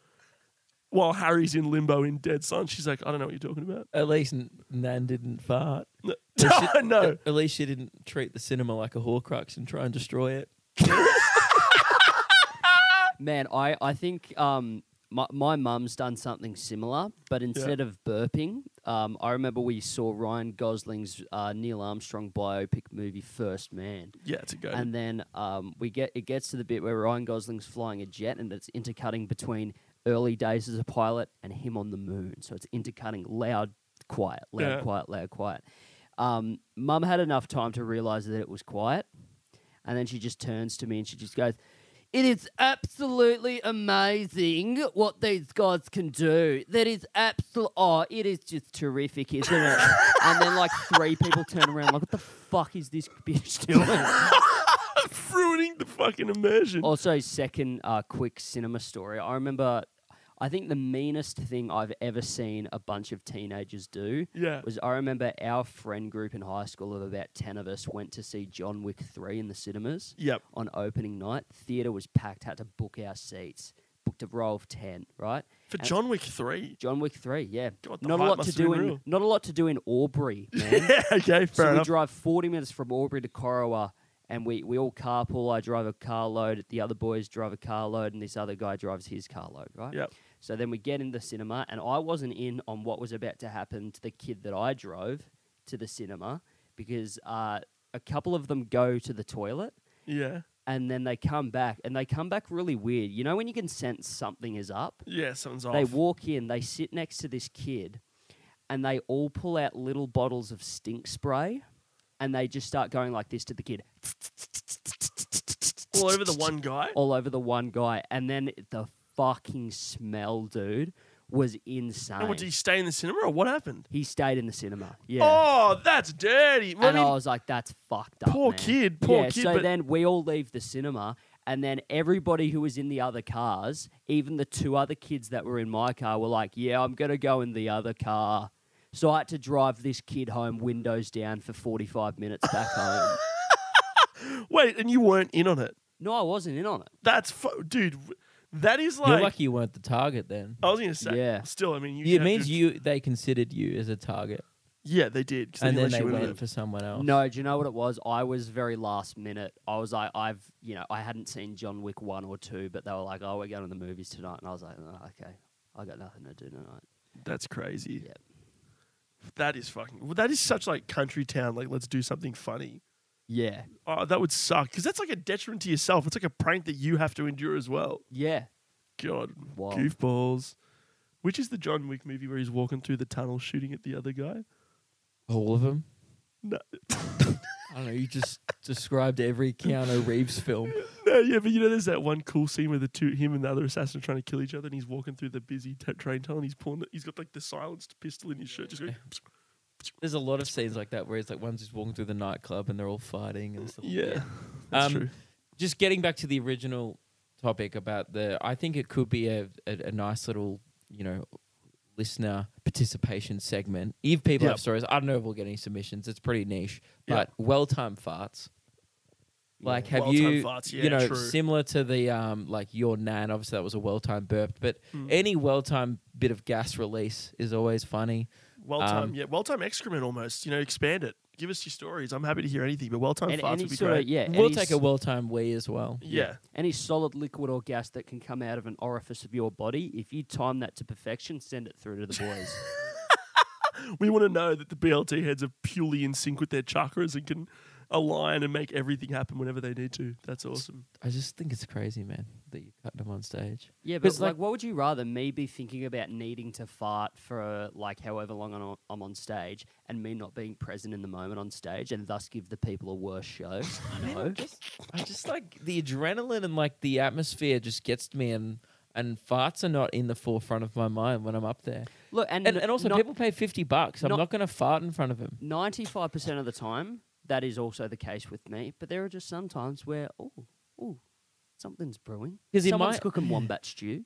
S6: while Harry's in limbo in Dead Sun. She's like, I don't know what you're talking about.
S2: At least N- Nan didn't fart.
S6: [laughs] No,
S2: she-
S6: no.
S2: At, at least she didn't treat the cinema like a Horcrux and try and destroy it.
S5: Man, I, I think um, my, my mum's done something similar, but instead of burping, um, I remember we saw Ryan Gosling's uh, Neil Armstrong biopic movie First Man.
S6: [laughs] Yeah, it's a go.
S5: And then um, we get it gets to the bit where Ryan Gosling's flying a jet, and it's intercutting between early days as a pilot and him on the moon. So it's intercutting loud, quiet, loud,
S6: Yeah.
S5: quiet, loud, quiet. Um, Mum had enough time to realise that it was quiet, and then she just turns to me and she just goes. It is absolutely amazing what these guys can do. That is absolute. Oh, it is just terrific, isn't it? and then like three people turn around, like, what the fuck is this bitch doing?
S6: [laughs] ruining the fucking immersion.
S5: Also, second uh, quick cinema story. I remember, I think the meanest thing I've ever seen a bunch of teenagers do
S6: yeah.
S5: was I remember our friend group in high school of about 10 of us went to see John Wick 3 in the cinemas
S6: Yep.
S5: on opening night. Theatre was packed, had to book our seats. Booked a row of 10, right?
S6: For
S5: and-
S6: John Wick 3?
S5: John Wick 3, yeah.
S6: God, the
S5: not a
S6: hype
S5: lot
S6: must
S5: to
S6: have been
S5: do in
S6: real.
S5: not a lot to do in Aubrey,
S6: [laughs]
S5: man.
S6: yeah, okay, fair
S5: So we
S6: enough.
S5: drive 40 minutes from Aubrey to Corowa, and we, we all carpool. I drive a carload, the other boys drive a carload, and this other guy drives his carload, right?
S6: Yep.
S5: So then we get in the cinema, and I wasn't in on what was about to happen to the kid that I drove to the cinema because uh, a couple of them go to the toilet
S6: yeah.
S5: and then they come back, and they come back really weird. You know when you can sense something is up?
S6: Yeah, something's off.
S5: They walk in, they sit next to this kid, and they all pull out little bottles of stink spray, and they just start going like this to the kid,
S6: all over the one guy.
S5: all over the one guy, and then the fucking smell, dude, was insane.
S6: And what, did he stay in the cinema or what happened?
S5: He stayed in the cinema. Yeah.
S6: Oh, that's dirty. Well,
S5: and
S6: I
S5: I
S6: mean,
S5: was like, that's fucked up.
S6: Poor
S5: man."
S6: kid, poor
S5: yeah,
S6: kid,
S5: So
S6: but-
S5: then we all leave the cinema, and then everybody who was in the other cars, even the two other kids that were in my car, were like, yeah, I'm going to go in the other car. So I had to drive this kid home, windows down, for 45 minutes back
S6: [laughs]
S5: home.
S6: wait, and you weren't in on it.
S5: No, I wasn't in on it.
S6: That's, fu- dude, w- that is
S2: You're
S6: like,
S2: lucky you weren't the target then.
S6: I was going to say,
S5: Yeah.
S6: still, I mean, you
S2: it
S6: have
S2: means
S6: to-
S2: Oh, you. They considered you as a target,
S6: Yeah, they did. 'cause
S2: and
S6: didn't
S2: then
S6: let
S2: they
S6: you in on
S2: went
S6: it.
S2: for someone
S6: Oh.
S2: else.
S5: No, do you know what it was? I was very last minute. I was like, I've, you know, I hadn't seen John Wick 1 or 2, but they were like, oh, we're going to the movies tonight. And I was like, oh, okay, I got nothing to do tonight.
S6: That's crazy.
S5: Yep.
S6: That is fucking, well, that is such like country town, like, let's do something funny.
S5: Yeah.
S6: Oh, that would suck because that's like a detriment to yourself. It's like a prank that you have to endure as well.
S5: Yeah.
S6: God,
S5: Wow.
S6: goofballs. Which is the John Wick movie where he's walking through the tunnel shooting at the other guy?
S2: all of them.
S6: No,
S2: I don't know. You just described every Keanu Reeves film.
S6: no, yeah, but you know, there's that one cool scene where the two, him and the other assassin, are trying to kill each other, and he's walking through the busy t- train tunnel, and he's pulling, it. he's got like the silenced pistol in his shirt, just going,
S2: There's a lot of scenes like that where it's like one's just walking through the nightclub and they're all fighting and stuff. like
S6: yeah,
S2: that.
S6: that's
S2: Um,
S6: true.
S2: Just getting back to the original topic about the, I think it could be a, a, a nice little, you know, listener participation segment. If people
S6: Yep.
S2: have stories, I don't know if we'll get any submissions. It's pretty niche,
S6: Yep.
S2: but well-timed farts. Like, have
S6: Well-timed
S2: you,
S6: farts, yeah,
S2: you know,
S6: true.
S2: similar to the um, like your nan? Obviously, that was a well-timed burp, but
S6: Mm.
S2: any well-timed bit of gas release is always funny.
S6: Well time,
S2: um,
S6: yeah, well time excrement almost. You know, expand it. Give us your stories. I'm happy to hear anything, but well time
S5: And
S6: farts
S5: any
S6: would be
S5: sort
S6: great.
S5: of yeah,
S2: we'll
S5: any
S2: take
S5: s-
S2: a well-timed wee as well.
S6: yeah,
S5: any solid liquid or gas that can come out of an orifice of your body. If you time that to perfection, send it through to the [laughs] boys.
S6: We want to know that the BLT heads are purely in sync with their chakras and can align and make everything happen whenever they need to. That's awesome. [laughs]
S2: I just think it's crazy, man, that you're cutting them on stage.
S5: yeah, but
S2: 'Cause,
S5: like,
S2: like-
S5: what would you rather me be thinking about needing to fart for uh, like however long I'm on, I'm on stage, and me not being present in the moment on stage, and thus give the people a worse [laughs] show? no.
S2: I just like the adrenaline and like the atmosphere just gets to me, and and farts are not in the forefront of my mind when I'm up there.
S5: Look, and
S2: And, and also, people pay fifty bucks. I'm
S5: not-
S2: not, going to fart in front of them.
S5: ninety-five percent of the time, that is also the case with me. But there are just some times where, oh, oh, something's brewing.
S2: 'Cause it
S5: Someone's
S2: might-
S5: cooking wombat stew.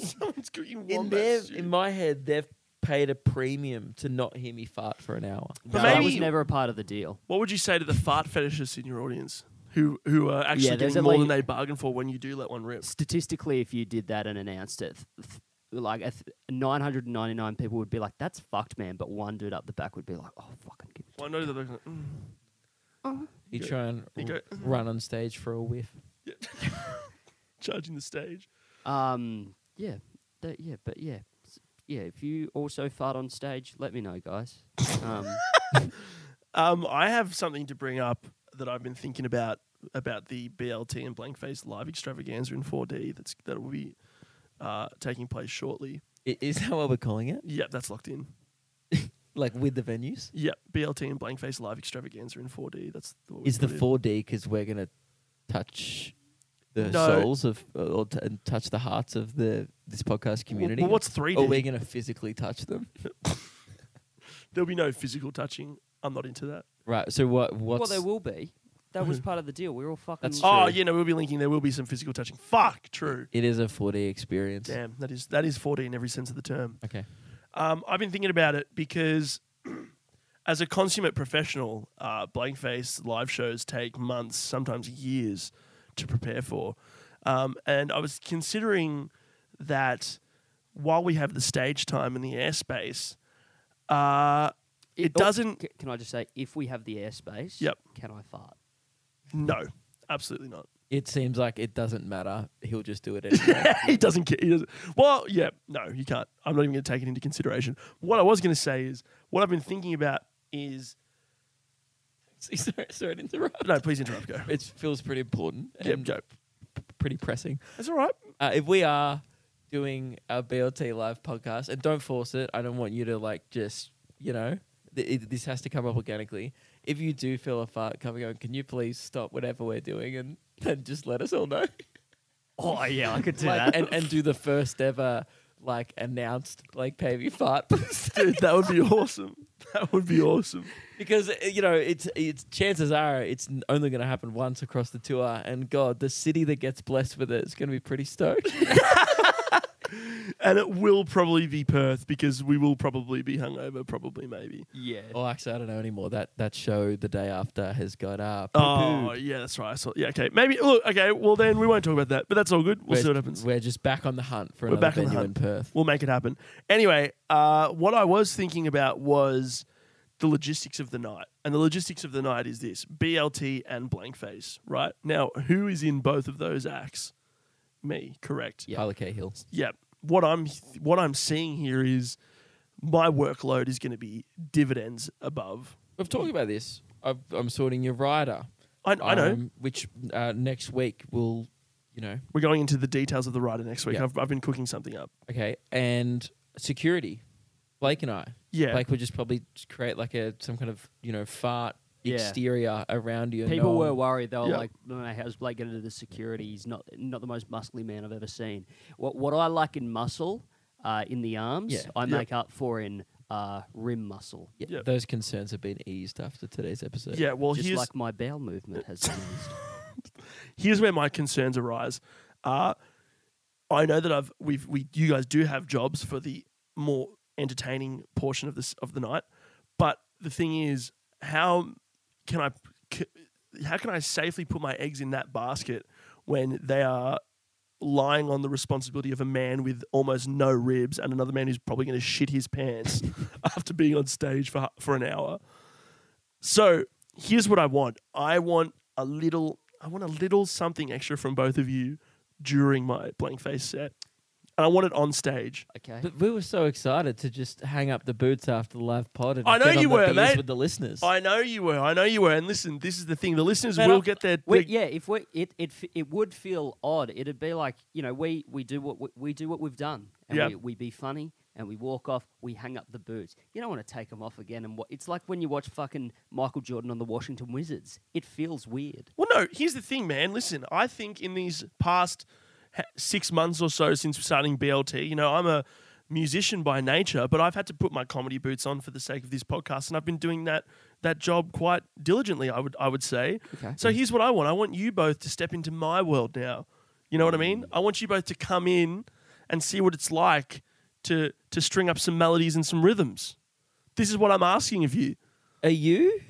S6: Someone's cooking
S2: in
S6: wombat
S2: their,
S6: stew.
S2: in my head, they've paid a premium to not hear me fart for an hour.
S5: But
S6: maybe-
S5: that was never a part of the deal.
S6: What would you say to the fart fetishists in your audience who who are actually
S5: there's
S6: getting more
S5: only-
S6: than they bargained for when you do let one rip?
S5: Statistically, if you did that and announced it, th- th- like a th- 999 people would be like, "That's fucked, man." But one dude up the back would be like, "Oh, fucking give it."
S6: Well, I know that they're like, mm.
S2: You
S6: Yeah.
S2: try and
S6: You
S2: r-
S6: go- "Mm-hmm."
S2: run on stage for a whiff.
S6: charging the stage.
S5: to-" Um, yeah, that, yeah, but yeah, S- yeah. If you also fart on stage, let me know, guys. Um,
S6: Um, I have something to bring up that I've been thinking about about the BLT and Blankface live extravaganza in 4D. That's that will be uh, taking place shortly.
S2: I- Is that what we're calling it?
S6: Yep, that's locked in.
S2: Like with the venues?
S6: Yep, BLT and Blankface live extravaganza in 4D. That's what we
S2: Is the
S6: put in.
S2: 4D because we're going to touch the
S6: No.
S2: souls of, or t- and touch the hearts of the this podcast
S6: Well,
S2: community?
S6: well, what's 3D?
S2: Or we're going to physically touch them?
S6: There'll be no physical touching. I'm not into that.
S2: Right. So what? What's
S5: well, there will be. That was part of the deal. We were all fucking.
S2: That's
S6: Oh,
S2: True.
S6: yeah, no, we'll be linking. There will be some physical touching. Fuck, true.
S2: It is a 4D experience.
S6: Damn, that is that is 4D in every sense of the term.
S2: Okay.
S6: Um, I've been thinking about it because, [clears throat] as a consummate professional, uh, blank face live shows take months, sometimes years, to prepare for. Um, and I was considering that while we have the stage time and the airspace, uh, it
S5: oh,
S6: doesn't.
S5: c- Can I just say, if we have the airspace,
S6: Yep.
S5: Can I fart?
S6: No, absolutely not. [laughs]
S2: It seems like it doesn't matter. He'll just do it [laughs] anyway.
S6: he doesn't care. He doesn't. Well, yeah, no, you can't. I'm not even going to take it into consideration. What I was going to say is what I've been thinking about is
S2: sorry, sorry to interrupt.
S6: no. Please interrupt. Go.
S2: It feels pretty important
S6: Yep,
S2: and
S6: go.
S2: p- pretty pressing.
S6: That's all right.
S2: Uh, if we are doing our BLT live podcast, and don't force it, I don't want you to like just you know th- it, this has to come up organically. If you do feel a fart coming on, can you please stop whatever we're doing and [laughs] then just let us all know?
S5: Oh yeah, I could do
S2: like, and and do the first ever like announced like baby fart.
S6: Dude, that
S5: [laughs]
S6: would be awesome. That would be awesome.
S2: [laughs] because uh, you know it's it's chances are it's n- only going to happen once across the tour and god the city that gets blessed with it is going to be pretty [laughs] stoked
S6: And it will probably be Perth because we will probably be hungover, probably, maybe.
S5: yeah.
S2: oh actually i don't know anymore that that show the day after has got up
S6: Oh, yeah, that's right. I saw, yeah, okay. Maybe, look, okay, well, then we won't talk about that, but that's all good. We'll see what happens.
S2: we're just back on the hunt for
S6: We're
S2: another
S6: back on the
S2: venue in
S6: hunt.
S2: perth
S6: We'll make it happen. Anyway, uh, what I was thinking about was the logistics of the night. And the logistics of the night is this BLT and Blankface, right? Now, who is in both of those acts? Me, correct.
S2: Tyler Cahill.
S6: yeah, what I'm what I'm seeing here is my workload is going to be dividends above.
S2: We've talked about this. I've, I'm sorting your rider.
S6: I, I know
S2: um, which uh, next week will, you know,
S6: we're going into the details of the rider next week.
S2: Yeah.
S6: I've, I've been cooking something up.
S2: okay, and security. Blake and I.
S6: Yeah,
S2: Blake would just probably just create like a some kind of you know fart
S5: Yeah.
S2: exterior around you. and
S5: People
S2: no
S5: were
S2: one-
S5: worried. They were
S6: Yeah.
S5: like, "Mate, "How's Blake going to do the security? He's not not the most muscly man I've ever seen." What what I like in muscle, uh, in the arms,
S2: Yeah.
S5: I
S6: Yeah.
S5: make up for in uh, rim muscle.
S2: Yeah,
S6: Yeah.
S2: Those concerns have been eased after today's episode.
S6: yeah. Well,
S5: just
S6: here's
S5: like my bowel movement
S6: [laughs]
S5: has changed.
S6: here's where my concerns arise. Uh, I know that I've we've we you guys do have jobs for the more entertaining portion of this of the night, but the thing is, how can I c- how can I safely put my eggs in that basket when they are lying on the responsibility of a man with almost no ribs and another man who's probably going to shit his pants [laughs] after being on stage for for an hour. So here's what I want. I want a little. I want a little something extra from both of you during my blank face set, and I want it on stage.
S5: Okay.
S2: But we were so excited to just hang up the boots after the live pod. And
S6: I know
S2: get on
S6: you
S2: the
S6: were,
S2: beers
S6: mate.
S2: With the listeners.
S6: I know you were. I know you were. And listen, this is the thing. The listeners
S5: Man,
S6: will
S5: I-
S6: get their.
S5: We,
S6: their-
S5: yeah, if we it, it f- it would feel odd. It'd be like you know we we do what we, we do what we've done, and
S6: Yeah.
S5: we, we be funny, and we walk off. We hang up the boots. You don't want to take them off again. And what it's like when you watch fucking Michael Jordan on the Washington Wizards. It feels weird.
S6: Well, no. Here's the thing, man. Listen, I think in these past ha- six months or so since starting BLT, you know, I'm a musician by nature, but I've had to put my comedy boots on for the sake of this podcast, and I've been doing that that job quite diligently. I would I would say.
S2: Okay.
S6: So here's what I want. I want you both to step into my world now. You know what I mean? I want you both to come in and see what it's like to to string up some melodies and some rhythms. This is what I'm asking of you.
S2: Are you?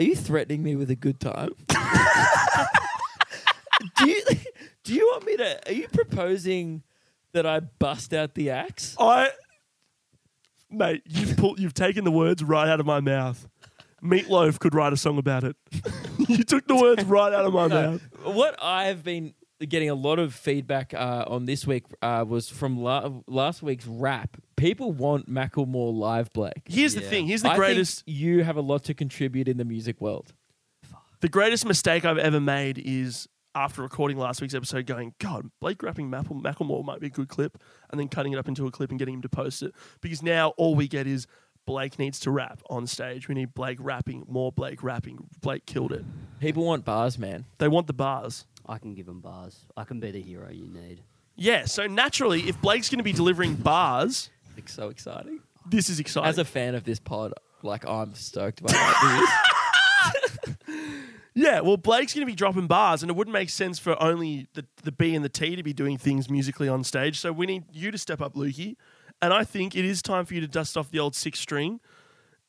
S2: Are you threatening me with a
S6: [laughs]
S2: good time? do you [laughs] do you want me to? Are you proposing that I bust out the axe?
S6: I, mate, you've pulled, you've taken the words right out of my mouth. Meatloaf could write a song about it. [laughs] you took the words right out of my
S2: No.
S6: mouth.
S2: What I've been getting a lot of feedback uh, on this week uh, was from la- last week's rap. People want Macklemore live, Blake.
S6: Here's the
S5: Yeah.
S6: thing. Here's the
S2: I think
S6: greatest.
S2: you have a lot to contribute in the music world.
S6: The greatest mistake I've ever made is after recording last week's episode, going, God, Blake rapping Mapple, Macklemore might be a good clip, and then cutting it up into a clip and getting him to post it. Because now all we get is Blake needs to rap on stage. We need Blake rapping, more Blake rapping. Blake killed it.
S2: People want bars, man.
S6: They want the bars.
S5: I can give them bars. I can be the hero you need.
S6: Yeah, so naturally, if Blake's going to be delivering bars,
S2: It's so exciting.
S6: this is exciting.
S2: As a fan of this pod, like I'm
S6: [laughs]
S2: stoked by that.
S6: Yeah, well, Blake's going to be dropping bars, and it wouldn't make sense for only the, the B and the T to be doing things musically on stage. So we need you to step up, Lukey. And I think it is time for you to dust off the old six string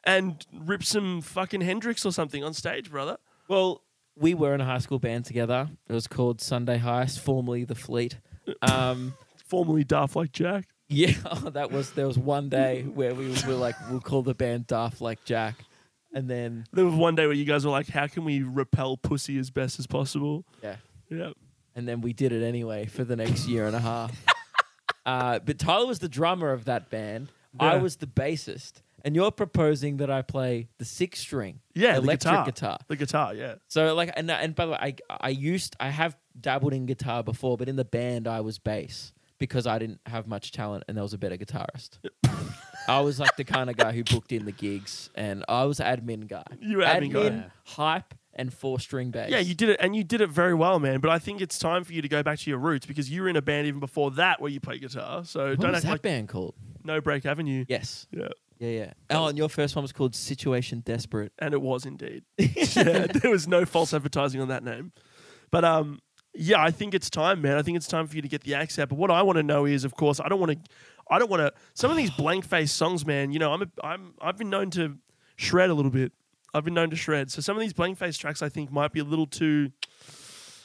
S6: and rip some fucking Hendrix or something on stage, brother.
S2: well, we were in a high school band together. It was called Sunday Heist, formerly the Fleet. Um, [laughs]
S6: Formerly daft like Jack.
S2: yeah, [laughs] that was there was one day where we were like, we'll call the band Daft Like Jack, and then
S6: There was one day where you guys were like, how can we repel pussy as best as possible?
S2: yeah,
S6: Yeah.
S2: and then we did it anyway for the next year and
S6: [laughs]
S2: a half. Uh, but Tyler was the drummer of that band. I
S6: Yeah.
S2: was the bassist, and you're proposing that I play the six string,
S6: Yeah, the
S2: electric
S6: guitar.
S2: guitar.
S6: The guitar, yeah.
S2: So like, and and by the way, I I used I have dabbled in guitar before, but in the band I was bass because I didn't have much talent and there was a
S6: [laughs]
S2: better guitarist. I was like the kind of guy who booked in the gigs, and I was admin guy.
S6: You were admin guy.
S5: Yeah.
S2: hype, and four string bass.
S6: Yeah, you did it, and you did it very well, man. But I think it's time for you to go back to your roots because you were in a band even before that where you play guitar. So
S2: What
S6: don't
S2: was
S6: act
S2: that
S6: like
S2: band called?
S6: No Break Avenue.
S2: Yes.
S6: Yeah.
S2: Yeah, yeah. Oh, and your first one was called Situation Desperate.
S6: And it was indeed. yeah, there was no false advertising on that name. But um, yeah, I think it's time, man. I think it's time for you to get the axe out. But what I want to know is, of course, I don't want to. I don't want to. Some of these blank face songs, man. You know, I'm a, I'm I've been known to shred a little bit. I've been known to shred. So some of these blank face tracks, I think, might be a little too.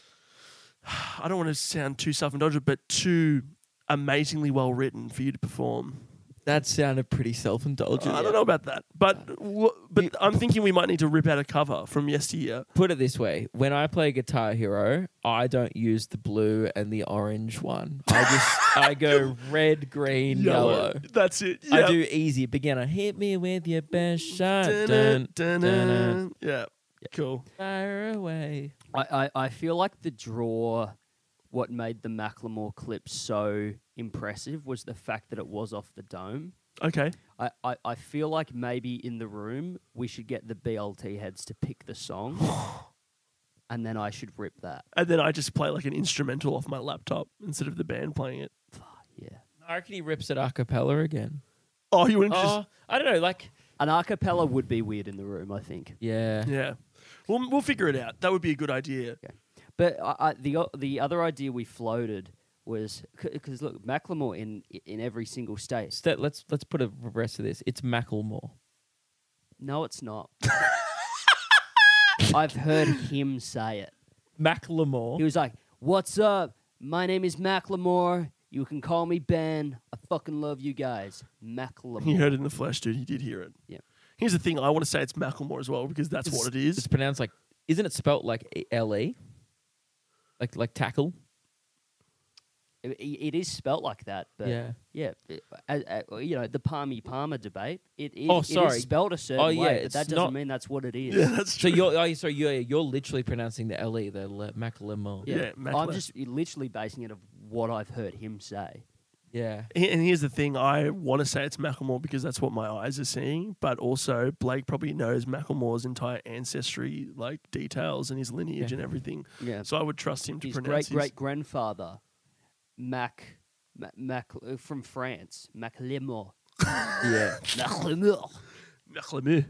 S6: [sighs] I don't want to sound too self-indulgent, but too amazingly well written for you to perform.
S2: That sounded pretty self-indulgent.
S6: I don't know about that, but wh-
S2: You-
S6: but I'm thinking we might need to rip out a cover from yesteryear.
S2: Put it this way: when I play Guitar Hero, I don't use the blue and the orange one. I [laughs] just I go red, green, yellow.
S6: That's it.
S2: I
S6: Yeah.
S2: do easy beginner. Hit me with your best shot.
S6: Dun-dun,
S2: Dun, dun,
S6: dun-dun. Yeah. Cool.
S2: fire away.
S5: I, I, I feel like the draw, what made the Macklemore clip so impressive was the fact that it was off the dome.
S6: Okay.
S5: I, I, I feel like maybe in the room we should get the BLT heads to pick the song, and then I should rip that.
S6: And then I just play like an instrumental off my laptop instead of the band playing it.
S5: Yeah,
S2: I reckon he rips it a cappella again.
S6: Oh, you wouldn't
S2: Oh, I don't know. Like,
S5: an a cappella would be weird in the room, I think.
S2: yeah.
S6: just. Yeah. We'll, we'll figure it out. That would be a good idea.
S5: But I, I, the o- the other idea we floated was because look, Macklemore in in every single state.
S2: So let's let's put a rest of this. It's Macklemore.
S5: No, it's not. I've heard him say it. He
S2: Macklemore.
S5: was like, "What's up? My name is Macklemore. You can call me Ben. I fucking love you guys,
S2: [laughs]
S5: Macklemore."
S6: You heard it in the flesh, dude. You did hear it.
S5: Yeah.
S6: Here's the thing I want to say it's Macklemore as well because that's what it
S2: It's
S6: is.
S2: pronounced like, isn't it spelt like L E? Like like tackle.
S5: I- i- it is spelt like that, but yeah,
S2: Yeah.
S5: it- a- a- you know the Palmy Palmer debate. It is,
S2: Oh,
S5: it is
S2: sorry.
S5: spelled a certain
S2: Oh,
S5: way,
S2: yeah,
S5: but
S2: it's
S5: that doesn't
S2: not-
S5: mean that's what it
S2: [laughs]
S5: is.
S6: Yeah, that's
S2: So
S6: true.
S2: you're oh, sorry, you're you're literally pronouncing the L E, the le, Macklemore.
S6: Yeah.
S5: I'm
S6: Macklemore.
S5: just literally basing it of what I've heard him say.
S2: Yeah.
S6: He- And here's the thing: I want to say it's Macklemore because that's what my eyes are seeing, but also Blake probably knows Macklemore's entire ancestry, like details and his lineage
S2: Yeah.
S6: and everything.
S5: Yeah,
S6: So I would trust him to
S5: his
S6: pronounce
S5: great great grandfather, Mac Ma- Mac- uh, from France,
S6: [laughs]
S5: Macklemore.
S2: Yeah.
S5: Macklemore.
S6: Macclemore.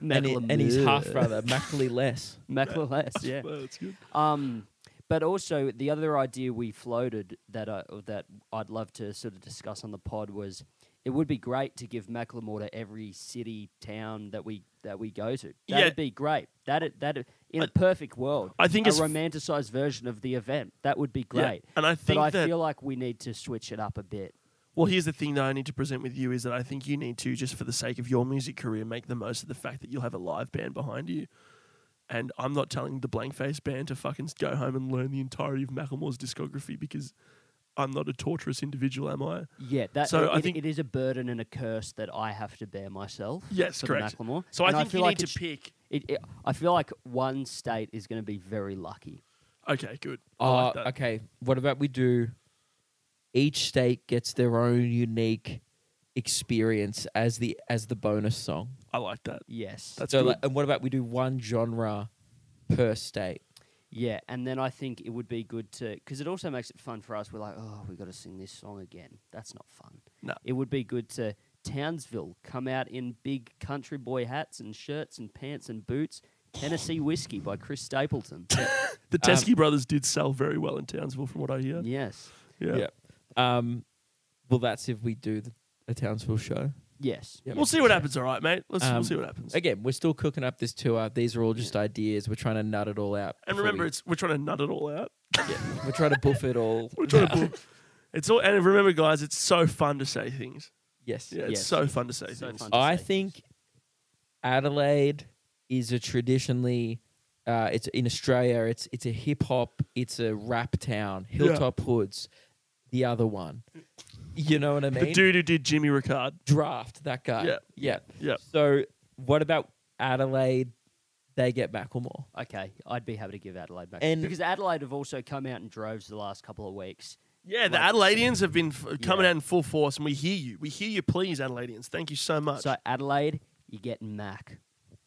S2: and, he- and his
S5: Macklemore.
S6: [laughs]
S2: half brother, Mackley Less.
S5: Macklemore, [laughs] yeah.
S6: Well, that's good.
S5: Um, but also the other idea we floated that I, or that I'd love to sort of discuss on the pod was it would be great to give Macklemore to every city town that we that we go to.
S6: Yeah.
S5: That'd be great. That that in a perfect world,
S6: I think
S5: a
S6: it's f-
S5: romanticized version of the event that would be
S6: Yeah,
S5: great.
S6: and I
S5: But
S6: think
S5: I
S6: that
S5: feel like we need to switch it up a bit.
S6: Well, here's the thing that I need to present with you is that I think you need to, just for the sake of your music career, make the most of the fact that you'll have a live band behind you. And I'm not telling the Blankface band to fucking go home and learn the entirety of Macklemore's discography because I'm not a torturous individual, am I?
S5: Yeah, that
S6: So
S5: it,
S6: I
S5: it-
S6: think-
S5: it is a burden and a curse that I have to bear myself.
S6: Yes,
S5: for
S6: correct.
S5: The Macklemore.
S6: So
S5: And
S6: I think
S5: feel
S6: you
S5: like
S6: need
S5: it
S6: to
S5: sh-
S6: pick.
S5: It, it, I feel like one state is going to be very lucky.
S6: Okay, good. I
S2: Uh,
S6: like that.
S2: okay. What about we do each state gets their own unique experience as the as the bonus song.
S6: I like that.
S5: Yes.
S6: That's
S2: so
S6: good.
S2: like, and what about we do one genre per state?
S5: yeah, and then I think it would be good to because it also makes it fun for us. We're like, oh, we got to sing this song again. That's not fun.
S6: No.
S5: It would be good to Townsville come out in big country boy hats and shirts and pants and boots. Tennessee Whiskey by
S6: [laughs]
S5: Chris Stapleton.
S6: the Teskey brothers did sell very well in Townsville, from what I hear.
S5: yes.
S6: um, Yeah.
S2: Um well that's if we do the, a Townsville show.
S5: Yes.
S2: Yep.
S6: We'll see what happens, all right, mate. Let's we'll
S2: Um,
S6: see what happens.
S2: Again, we're still cooking up this tour. These are all just ideas. We're trying to nut it all out.
S6: And
S2: before
S6: remember,
S2: we-
S6: it's we're trying to nut it all out.
S2: yeah, we're trying to buff it all.
S6: [laughs] We're trying to pull. It's all, and remember, guys, it's so fun to say things.
S2: [laughs] Yes.
S6: Yeah, it's
S5: Yes.
S6: so fun to say
S5: So
S6: things.
S5: fun.
S2: I
S5: Understand.
S2: think Adelaide is a traditionally uh, it's in Australia. It's it's a hip hop. It's a rap town. Hilltop Hoods, the other one. You know what I mean?
S6: The dude who did Jimmy Ricard.
S2: Draft that guy.
S6: Yeah.
S2: Yeah.
S6: Yeah.
S2: So what about Adelaide? They get Macklemore.
S5: Okay, I'd be happy to give Adelaide back
S2: And-
S5: because Adelaide have also come out in droves the last couple of weeks.
S6: Yeah, the
S5: Like-
S6: Adelaideans have been f- coming
S5: Yeah.
S6: out in full force, and we hear you. We hear you, please, Adelaideans. Thank you so much.
S5: So Adelaide, you get Mac.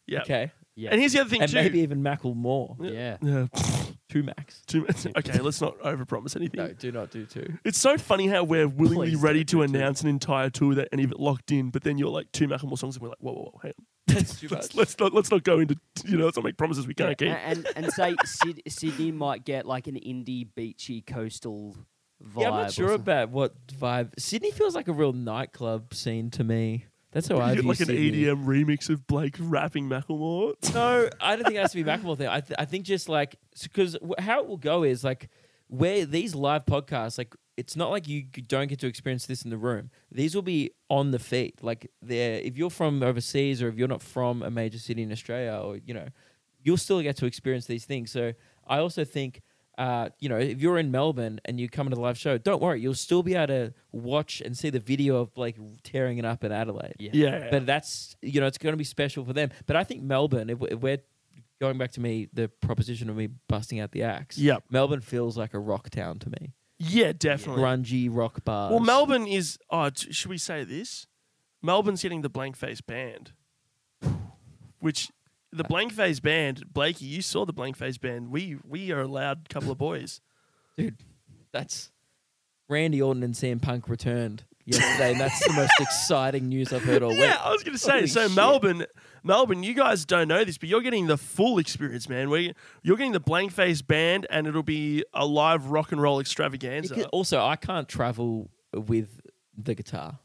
S6: yeah.
S2: Okay.
S5: Yeah.
S6: And here's the other thing
S2: And
S6: too.
S2: maybe even Macklemore.
S5: yeah.
S6: yeah, [laughs]
S2: Two max.
S6: too much. Okay, let's not overpromise anything.
S2: No, do not do
S6: [laughs]
S2: two.
S6: It's so funny how we're willingly
S5: Please
S6: ready
S5: don't
S6: to
S5: do two.
S6: announce an entire tour that and even locked in, but then you're like two Macklemore songs, and we're like, whoa, whoa, whoa, hang on.
S2: That's too much.
S6: Let's, let's not let's not go into you know let's not make promises we can't
S5: Yeah,
S6: keep.
S5: And, and and say [laughs] Syd- Sydney might get like an indie, beachy, coastal vibe.
S2: Yeah, I'm
S5: or
S2: not sure
S5: something.
S2: about what vibe. Sydney feels like a real nightclub scene to me. That's how
S5: [laughs]
S2: I
S6: You get
S2: view
S6: like an
S2: Sydney.
S6: EDM remix of Blake rapping Macklemore.
S2: [laughs] No, I don't think it has to be Macklemore thing. I, th- I think just like because how it will go is like where these live podcasts like it's not like you g- don't get to experience this in the room. These will be on the feed. Like they're if you're from overseas or if you're not from a major city in Australia or you know, you'll still get to experience these things. So I also think. Uh, you know, if you're in Melbourne and you come to the live show, don't worry, you'll still be able to watch and see the video of Blake tearing it up in Adelaide
S5: Yeah.
S6: Yeah,
S2: but that's you know it's going to be special for them. But I think Melbourne, if, we- if we're going back to me, the proposition of me busting out the axe.
S6: Yep.
S2: Melbourne feels like a rock town to me.
S6: yeah,
S2: Oh,
S6: definitely.
S2: Grungy rock bars.
S6: Well, Melbourne is. Oh, t- should we say this? Melbourne's getting the blank face band, which the blank face band, Blakey, you saw the blank face band. We we are a loud couple of boys.
S2: dude, that's Randy Orton and CM Punk returned yesterday, and that's the [laughs] most exciting news I've heard all week.
S6: yeah, I was going to say.
S2: Holy
S6: so
S2: shit.
S6: Melbourne, Melbourne, you guys don't know this, but you're getting the full experience, man. We you're getting the blank face band, and it'll be a live rock and roll
S2: It
S6: extravaganza.
S2: could- also, I can't travel with the guitar.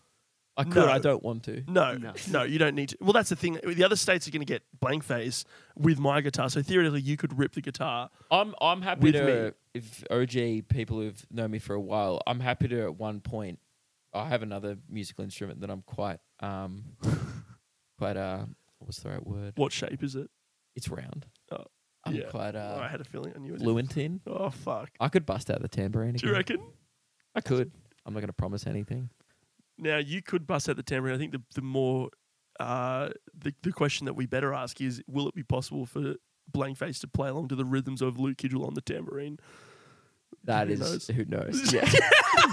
S2: I could,
S6: No.
S2: I don't want to.
S6: No, no,
S5: No.
S6: you don't need to. Well, that's the thing. The other states are going to get blank face with my guitar, so theoretically you could rip the guitar.
S2: I'm I'm happy
S6: With
S2: to
S6: me.
S2: if OG people who've known me for a while, I'm happy to at one point I have another musical instrument that I'm quite
S6: [laughs]
S2: um quite uh what's the right word?
S6: What shape is it?
S2: It's round.
S6: Oh,
S2: I'm
S6: yeah. [laughs]
S2: quite
S6: Oh, I
S2: uh
S6: had a feeling I knew it.
S2: fluent in.
S6: Oh
S2: [laughs]
S6: fuck!
S2: I could bust out the tambourine
S6: Do
S2: again.
S6: you reckon?
S2: I could. I'm not gonna promise anything.
S6: Now you could bust out the tambourine. I think the the more uh, the the question that we better ask is, will it be possible for Blankface to play along to the rhythms of Luke Kidgel on the tambourine?
S2: That
S6: Who
S2: is [laughs]
S6: knows? [laughs]
S2: who knows. Yeah.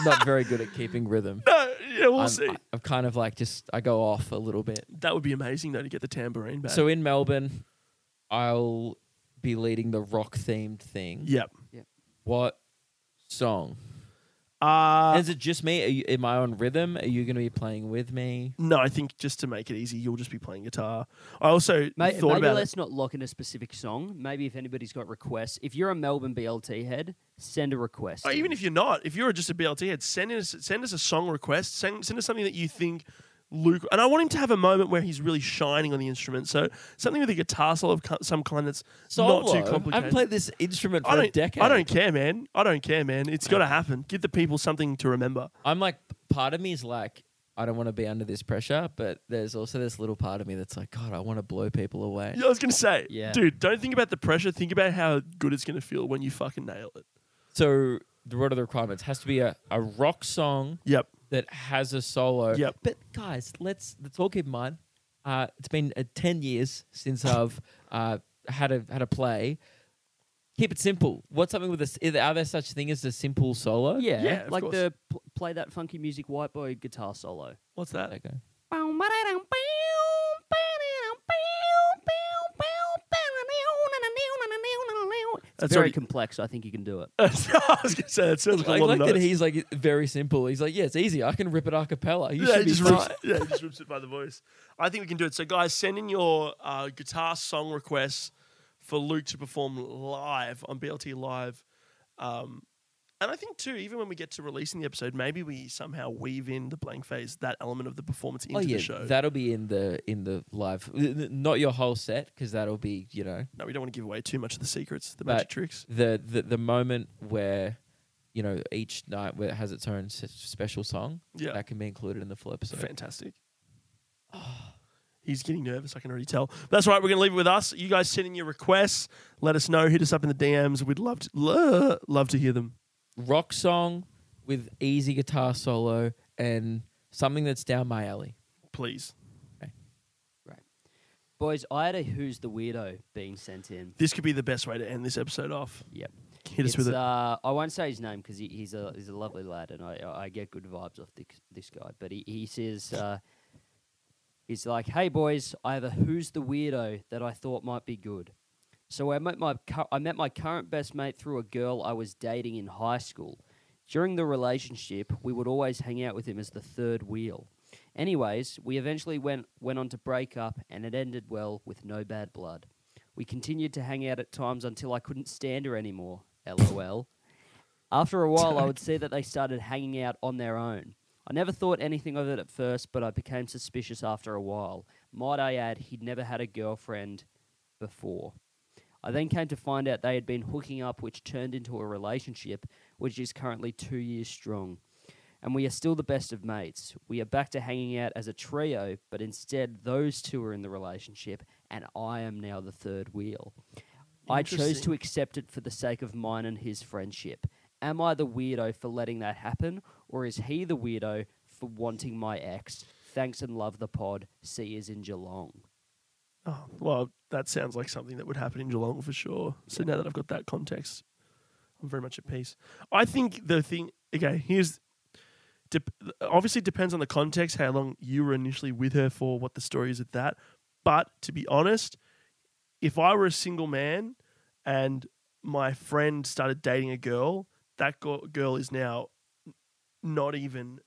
S2: not very good at keeping rhythm.
S6: No, yeah, we'll
S2: I'm,
S6: see.
S2: I, I'm kind of like just I go off a little bit.
S6: that would be amazing though to get the tambourine back.
S2: So in Melbourne, I'll be leading the rock themed thing.
S6: yep.
S2: What song
S6: Uh,
S2: and is it just me? Are you, am I on rhythm? Are you going to be playing with me?
S6: no, I think just to make it easy, you'll just be playing guitar. I also
S5: May-
S6: thought
S5: maybe
S6: about it.
S5: let's not lock in a specific song. Maybe if anybody's got requests, if you're a Melbourne BLT head, send a request.
S6: Oh, even if you're not, if you're just a BLT head, send us send us a song request. Send, send us something that you think Luke. And I want him to have a moment where he's really shining on the instrument. So something with a guitar solo of co- some kind that's not too complicated.
S2: I've played this instrument for
S6: I
S2: a decade.
S6: don't, I don't care, man. I don't care, man. It's got to happen. Give the people something to remember.
S2: I'm like, part of me is like, I don't want to be under this pressure, but there's also this little part of me that's like, God, I want to blow people away.
S6: Yeah, I was gonna say,
S5: Yeah.
S6: dude, don't think about the pressure. Think about how good it's gonna feel when you fucking nail it.
S2: So the what are the requirements? Has to be a, a rock song
S6: Yep.
S2: that has a solo.
S6: Yep.
S2: But guys, let's let's all keep in mind. Uh, it's been uh, ten years
S6: [laughs]
S2: since I've uh, had a had a play. Keep it simple. What's something with this? Are there such thing as a simple solo?
S5: yeah,
S6: Yeah, of
S5: like
S6: course.
S5: the pl- play that funky music white boy guitar solo.
S6: What's that?
S2: Okay.
S5: It's
S6: That's
S5: very
S6: already-
S5: complex. I think you can do it.
S6: [laughs] I was gonna say that sounds like,
S2: I
S6: a lot
S2: like
S6: of
S2: that
S6: notes.
S2: he's like very simple. He's like, yeah, it's easy. I can rip it a cappella. You
S6: yeah,
S2: should
S6: he
S2: be
S6: just
S2: fine.
S6: rips, yeah, he just rips it by the voice. I think we can do it. So, guys, send in your uh, guitar song requests for Luke to perform live on BLT Live. Um, and I think too, even when we get to releasing the episode, maybe we somehow weave in the blank phase, that element of the performance into
S2: oh yeah,
S6: the show.
S2: that'll be in the in the live. n- n- Not your whole set because that'll be you know
S6: no, we don't want to give away too much of the secrets, the
S2: But-
S6: magic tricks.
S2: the the, the moment where you know each night where it has its own s- special song
S6: Yeah.
S2: that can be included in the full episode.
S6: Fantastic. [sighs] He's getting nervous. I can already tell. But that's all right. We're going to leave it with us. You guys send in your requests. Let us know. Hit us up in the DMs. We'd love to lo- love to hear them.
S2: Rock song with easy guitar solo and something that's down my alley.
S6: Please.
S5: Boys, I had a Who's the Weirdo being sent in.
S6: This could be the best way to end this episode off.
S5: Yep.
S6: Hit us
S5: It's,
S6: with it.
S5: Uh, I won't say his name because he, he's a he's a lovely lad, and I I get good vibes off this, this guy. But he he says uh, he's like, "Hey boys, I have a who's the weirdo that I thought might be good." So I met my cu- I met my current best mate through a girl I was dating in high school. During the relationship, we would always hang out with him as the third wheel. Anyways, we eventually went went on to break up, and it ended well with no bad blood. We continued to hang out at times until I couldn't stand her anymore. LOL. After a while, I would see that they started hanging out on their own. I never thought anything of it at first, but I became suspicious after a while. Might I add, he'd never had a girlfriend before. I then came to find out they had been hooking up, which turned into a relationship, which is currently two years strong. And we are still the best of mates. We are back to hanging out as a trio, but instead, those two are in the relationship, and I am now the third wheel. I chose
S6: Interesting.
S5: to accept it for the sake of mine and his friendship. Am I the weirdo for letting that happen, or is he the weirdo for wanting my ex? Thanks and love the pod. See yous in Geelong.
S6: oh, well, that sounds like something that would happen in Geelong for sure. So now that I've got that context, I'm very much at peace. I think the thing, okay, here's dep- obviously it depends on the context, how long you were initially with her for, what the story is at that. But to be honest, if I were a single man and my friend started dating a girl, that go- girl is now not even,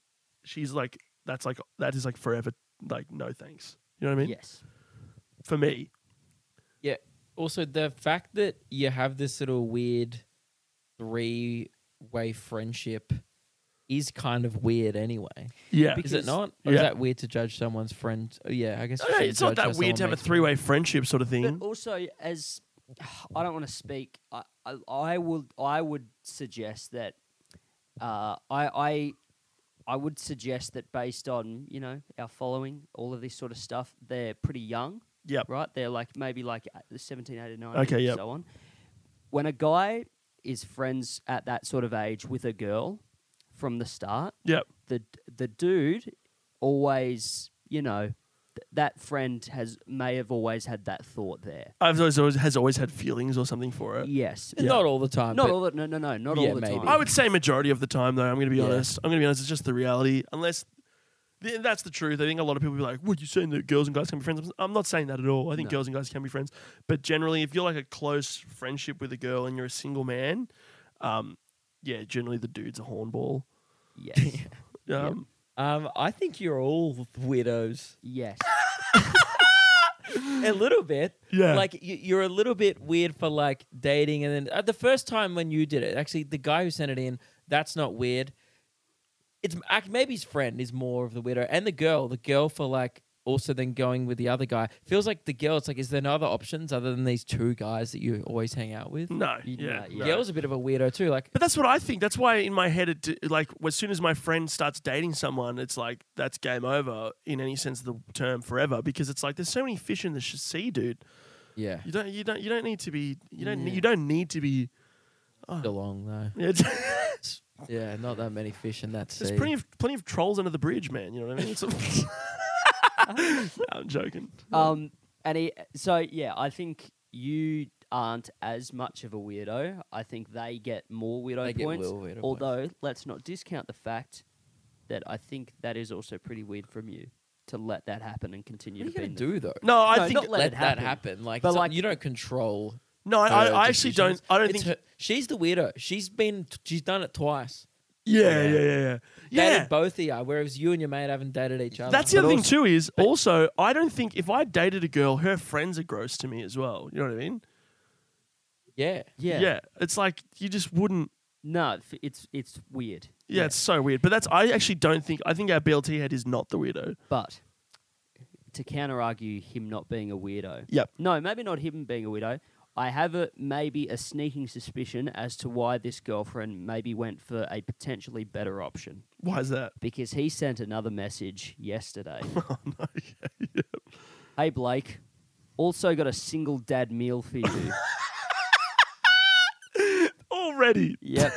S6: she's like, that's like, that is like forever, like, no thanks. You know what I mean?
S5: Yes.
S6: For me.
S2: Yeah. Also, the fact that you have this little weird three way friendship is kind of weird anyway.
S6: Yeah.
S2: is it
S5: Because-
S2: not? Or is
S6: Yeah.
S2: that weird to judge someone's friend? Oh, yeah, I guess you
S6: No,
S2: shouldn't
S6: it's not
S2: judge how
S6: that weird to
S2: someone
S6: have a
S2: makes
S6: three way friendship sort of
S5: But
S6: thing.
S5: also, as [sighs] I don't want to speak, I, I, I would I would suggest that uh, I I I would suggest that based on you know our following, all of this sort of stuff, they're pretty young.
S6: Yep.
S5: right? They're like maybe like uh, 17, 18, 19,
S6: Okay,
S5: and
S6: yep.
S5: so on. When a guy is friends at that sort of age with a girl from the start,
S6: Yep.
S5: the the dude always, you know, th- that friend has may have always had that thought there.
S6: I've always, always has always had feelings or something for it.
S5: Yes.
S2: friend. Not all the time.
S5: Not
S2: but
S5: all the no no no not
S2: Yeah,
S5: all the
S2: maybe.
S5: time.
S6: I would say majority of the time though. I'm going to be
S2: Yeah.
S6: honest. I'm going to be honest. It's just the reality. Unless th- that's the truth. I think a lot of people be like, "What you saying that girls and guys can be friends?" I'm s- I'm not saying that at all. I think
S5: No.
S6: girls and guys can be friends, but generally, if you're like a close friendship with a girl and you're a single man, um, yeah, generally the dude's a hornball.
S5: [laughs]
S2: [laughs]
S5: Yes.
S6: Um,
S2: Um, I think you're all weirdos. [laughs]
S5: yes.
S2: A little bit.
S6: Yeah.
S2: Like, you, you're a little bit weird for like dating. And then uh, the first time when you did it, actually, the guy who sent it in, that's not weird. It's ac- maybe his friend is more of the weirdo. And the girl, the girl for like also then going with the other guy. Feels like the girl, it's like, is there no other options other than these two guys that you always hang out with?
S6: No.
S5: You-
S6: Yeah.
S5: nah,
S2: The
S5: yeah.
S2: Girl's a bit of a weirdo too. Like,
S6: But that's what I think. That's why in my head, it, d- like as soon as my friend starts dating someone, it's like that's game over in any sense of the term forever because it's like there's so many fish in the sh- sea, dude.
S2: yeah.
S6: You don't, you don't, you don't need to be, you don't,
S2: Yeah.
S6: you don't need to be. [laughs]
S2: Along though.
S6: It's,
S2: Yeah, not that many fish in that sea.
S6: there's plenty of plenty of trolls under the bridge, man. You know what I mean? It's- [laughs] No, I'm joking.
S5: Um, and he, so yeah, I think you aren't as much of a weirdo. I think they get more weirdo
S2: They get
S5: points.
S2: little weirdo points.
S5: although let's not discount the fact that I think that is also pretty weird from you to let that happen and continue
S2: What are you
S5: to be
S2: gonna
S5: in the-
S2: do though?
S6: No, I
S5: No,
S6: think
S5: not
S2: let,
S5: let it
S2: that
S5: happen.
S2: happen. Like,
S5: But,
S2: it's-
S5: like-
S2: you don't control.
S6: no, I, I,
S2: her
S6: I actually don't.
S2: decisions.
S6: I don't
S2: It's
S6: think.
S2: her- she's the weirdo. She's been. She's done it twice.
S6: yeah,
S2: Yeah.
S6: yeah, yeah, yeah.
S2: Dated
S6: Yeah.
S2: both of you, whereas you and your mate haven't dated each other.
S6: That's the
S2: Um, But
S6: other thing too.
S2: also-
S6: Is also I don't think if I dated a girl, her friends are gross to me as well. You know what I mean?
S2: Yeah.
S5: Yeah.
S6: yeah it's like you just wouldn't
S5: No, f- it's it's weird.
S6: yeah, it's so weird but that's i actually don't think i think our blt head is not the weirdo
S5: But to counter argue him not being a weirdo.
S6: yep
S5: No, maybe not him being a weirdo. I have a maybe a sneaking suspicion as to why this girlfriend maybe went for a potentially better option
S6: why is that
S5: because he sent another message yesterday. Hey Blake, also got a single dad meal for you.
S6: already
S5: Yep.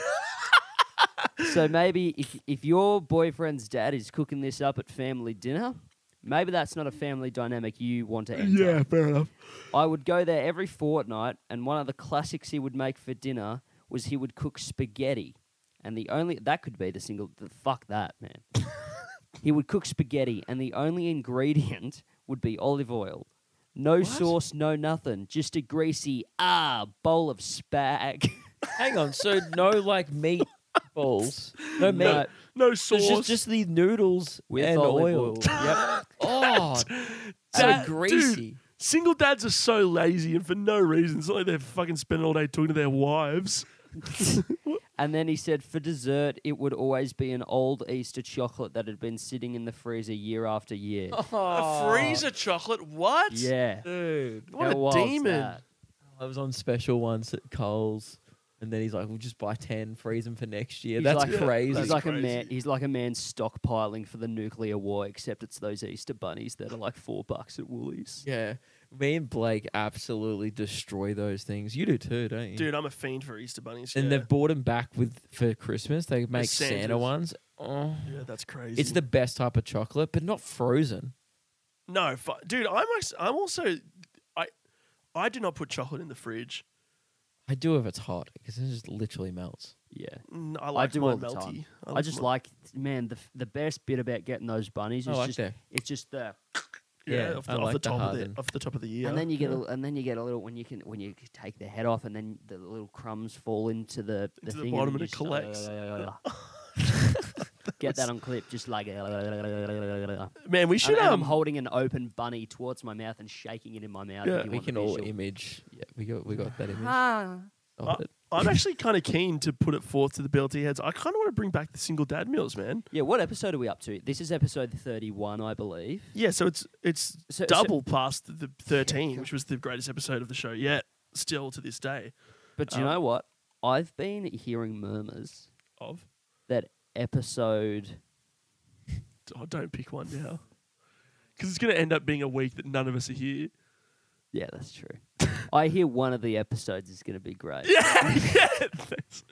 S5: so maybe if if your boyfriend's dad is cooking this up at family dinner, maybe that's not a family dynamic you want to enter.
S6: fair enough
S5: I would go there every fortnight, and one of the classics he would make for dinner was he would cook spaghetti, and the only that could be the single. The, fuck that, man. he would cook spaghetti, and the only ingredient would be olive oil. No sauce, no nothing. Just a greasy ah bowl of spag. [laughs]
S2: Hang on. So no like meat balls. No meat.
S5: No.
S6: no
S2: So it's
S6: sauce
S2: just, just the noodles
S5: With
S2: and
S5: olive
S2: oil.
S5: oil.
S2: yep. Oh, so
S6: That-
S2: greasy.
S6: dude, single dads are so lazy and for no reason it's not like they're fucking spending all day talking to their wives
S5: And then he said for dessert, it would always be an old Easter chocolate that had been sitting in the freezer year after year.
S2: Oh,
S6: chocolate what
S5: Yeah.
S2: Dude.
S6: what
S5: How
S6: a
S5: wild's
S6: demon
S5: that?
S2: I was on special once at Coles, and then he's like, "We'll just buy ten, freeze them for next year."
S5: He's
S2: That's
S5: like-
S2: crazy.
S5: He's
S6: That's
S5: like a
S6: crazy.
S5: man. He's like a man stockpiling for the nuclear war, except it's those Easter bunnies that are like four bucks at Woolies.
S2: yeah, me and Blake absolutely destroy those things. You do too, don't you?
S6: dude i'm a fiend for easter bunnies
S2: And
S6: yeah.
S2: they've bought them back with for Christmas. They make Santa
S6: Santas.
S2: ones. Oh,
S6: yeah that's crazy
S2: it's the best type of chocolate, but not frozen.
S6: No, fu- dude, I'm act- I'm also I I do not put chocolate in the fridge.
S2: I do if it's hot because it just literally melts.
S5: Yeah,
S6: Mm, I
S5: I,
S6: like
S5: do all
S6: mine
S5: the
S6: melty.
S5: time. I,
S6: like
S5: just
S6: mine-
S5: like, man, the f- the best bit about getting those bunnies is
S2: Oh, I like
S5: just
S2: that.
S5: it's just the
S6: yeah,
S2: yeah,
S6: off
S2: I
S6: the, off
S2: like
S6: the
S2: the
S6: top of
S2: hardened.
S6: the off the top of the year.
S5: and then you get a, and then you get a little when you can when you c- take the head off and then the little crumbs fall into the the
S6: Into the
S5: thing
S6: bottom
S5: and oh,
S6: and it collects. [laughs]
S5: Get that on clip, just like. and
S6: man, we should
S5: and I'm
S6: um
S5: holding an open bunny towards my mouth and shaking it in my mouth.
S6: Yeah.
S5: if you
S2: we
S5: want the
S2: can all
S5: visual.
S2: image. Yeah, we got we got that image. Oh,
S8: Ah.
S6: Uh,
S2: of it.
S5: [laughs]
S6: I'm actually kind of keen to put it forth to the BLT heads. I kind of want to bring back the single dad meals, man.
S5: Yeah, what episode are we up to? This is episode 31, I believe.
S6: Yeah, so it's it's
S5: So- so-
S6: double
S5: [laughs]
S6: past the 13, which was the greatest episode of the show yet, still to this day.
S5: But do you
S2: Oh.
S6: Um,
S5: know what? I've been hearing murmurs
S6: Of
S5: that episode.
S6: oh, don't pick one now, because it's going to end up being a week that none of us are here.
S5: Yeah, that's
S2: [laughs]
S5: true. I hear one of the episodes is going to be great.
S6: Yeah, yeah. Thanks.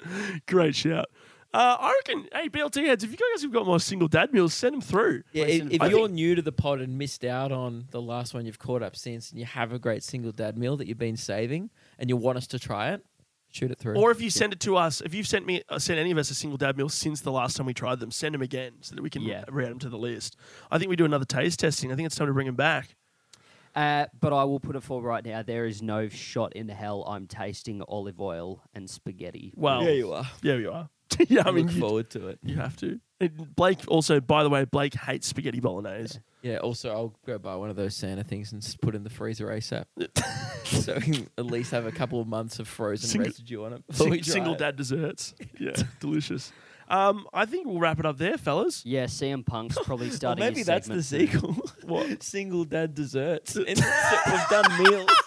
S6: Great shout. Uh, I reckon, hey, BLT heads, if you guys have got more single dad meals, send them through.
S2: Yeah,
S5: Listen,
S2: if, if
S5: I
S2: you're new to the pod and missed out on the last one you've caught up since, and you have a great single dad meal that you've been saving, and you want us to try it, shoot it through.
S6: Or if you send it to us, if you've sent me, uh, sent any of us a single dad meal since the last time we tried them, send them again so that we can
S5: Yeah.
S6: re- add them to the list. I think we do another taste testing. I think it's time to bring them back.
S5: Uh, but I will put it forward right now. There is no shot in hell I'm tasting olive oil and spaghetti.
S6: Well,
S2: there you are.
S6: Yeah, you are. [laughs] yeah, I
S2: I
S6: mean,
S2: look
S6: you,
S2: forward to it.
S6: you have to. And Blake also, by the way, Blake hates spaghetti bolognese.
S2: Yeah. Also, I'll go buy one of those Santa things and s- put it in the freezer ASAP, [laughs] so we can at least have a couple of months of frozen
S6: Single-
S2: residue on it. before
S6: [laughs] Sing,
S2: we dry
S6: single
S2: it.
S6: dad
S2: [laughs]
S6: desserts. Yeah, delicious. Um, I think we'll wrap it up there, fellas.
S5: Yeah, CM Punk's
S2: [laughs]
S5: probably
S2: Or
S5: starting.
S2: maybe
S5: his
S2: that's the
S5: segment.
S2: sequel. [laughs]
S6: What?
S2: single dad desserts? And so we've done meals.
S6: [laughs]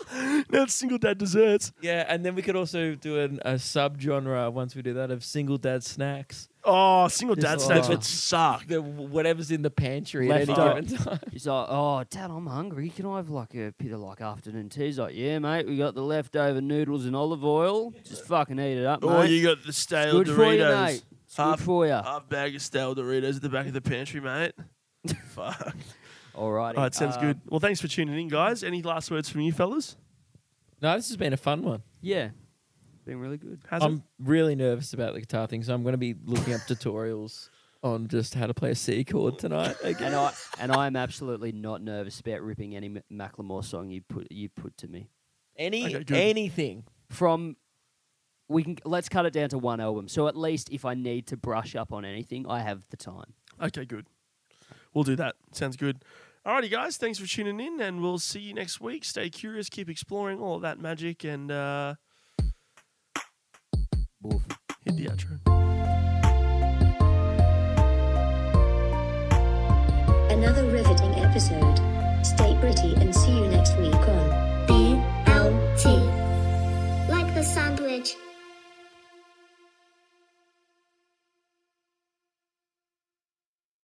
S6: Now it's single dad desserts.
S2: Yeah, and then we could also do an, a subgenre once we do that of single dad snacks.
S6: Oh, single
S2: Just
S6: dad
S2: like-
S6: snacks would suck.
S2: The whatever's in the pantry at any
S5: Left out.
S2: given time.
S5: He's like, oh, Dad, I'm hungry. Can I have like a bit of like afternoon tea? He's like, yeah, mate, we got the leftover noodles and olive oil. Just fucking eat it up, mate.
S6: Oh, you got the stale
S5: good for you,
S6: Doritos.
S5: mate. It's
S6: Half-
S5: good for you.
S6: Half bag of stale Doritos at the back of the pantry,
S5: [laughs]
S6: mate. Fuck.
S5: All Uh, right.
S6: All right, sounds good. Well, thanks for tuning in, guys. Any last words from you, fellas?
S2: No, this has been a fun one.
S5: Yeah. Been really good.
S6: Has
S2: I'm really nervous about the guitar thing, so I'm going to be looking up [laughs] tutorials on just how to play a C chord tonight. Again.
S5: And I and I am absolutely not nervous about ripping any M- Macklemore song you put you put to me.
S2: Any
S6: Okay, good.
S2: anything.
S5: From we can let's cut it down to one album. So at least if I need to brush up on anything, I have the time.
S6: Okay, good. We'll do that. Sounds good. Alrighty, guys. Thanks for tuning in, and we'll see you next week. Stay curious, keep exploring all of that magic, and uh,
S5: Woof.
S6: hit the outro.
S1: Another riveting episode. Stay pretty and see you next week on BLT. Like the sandwich.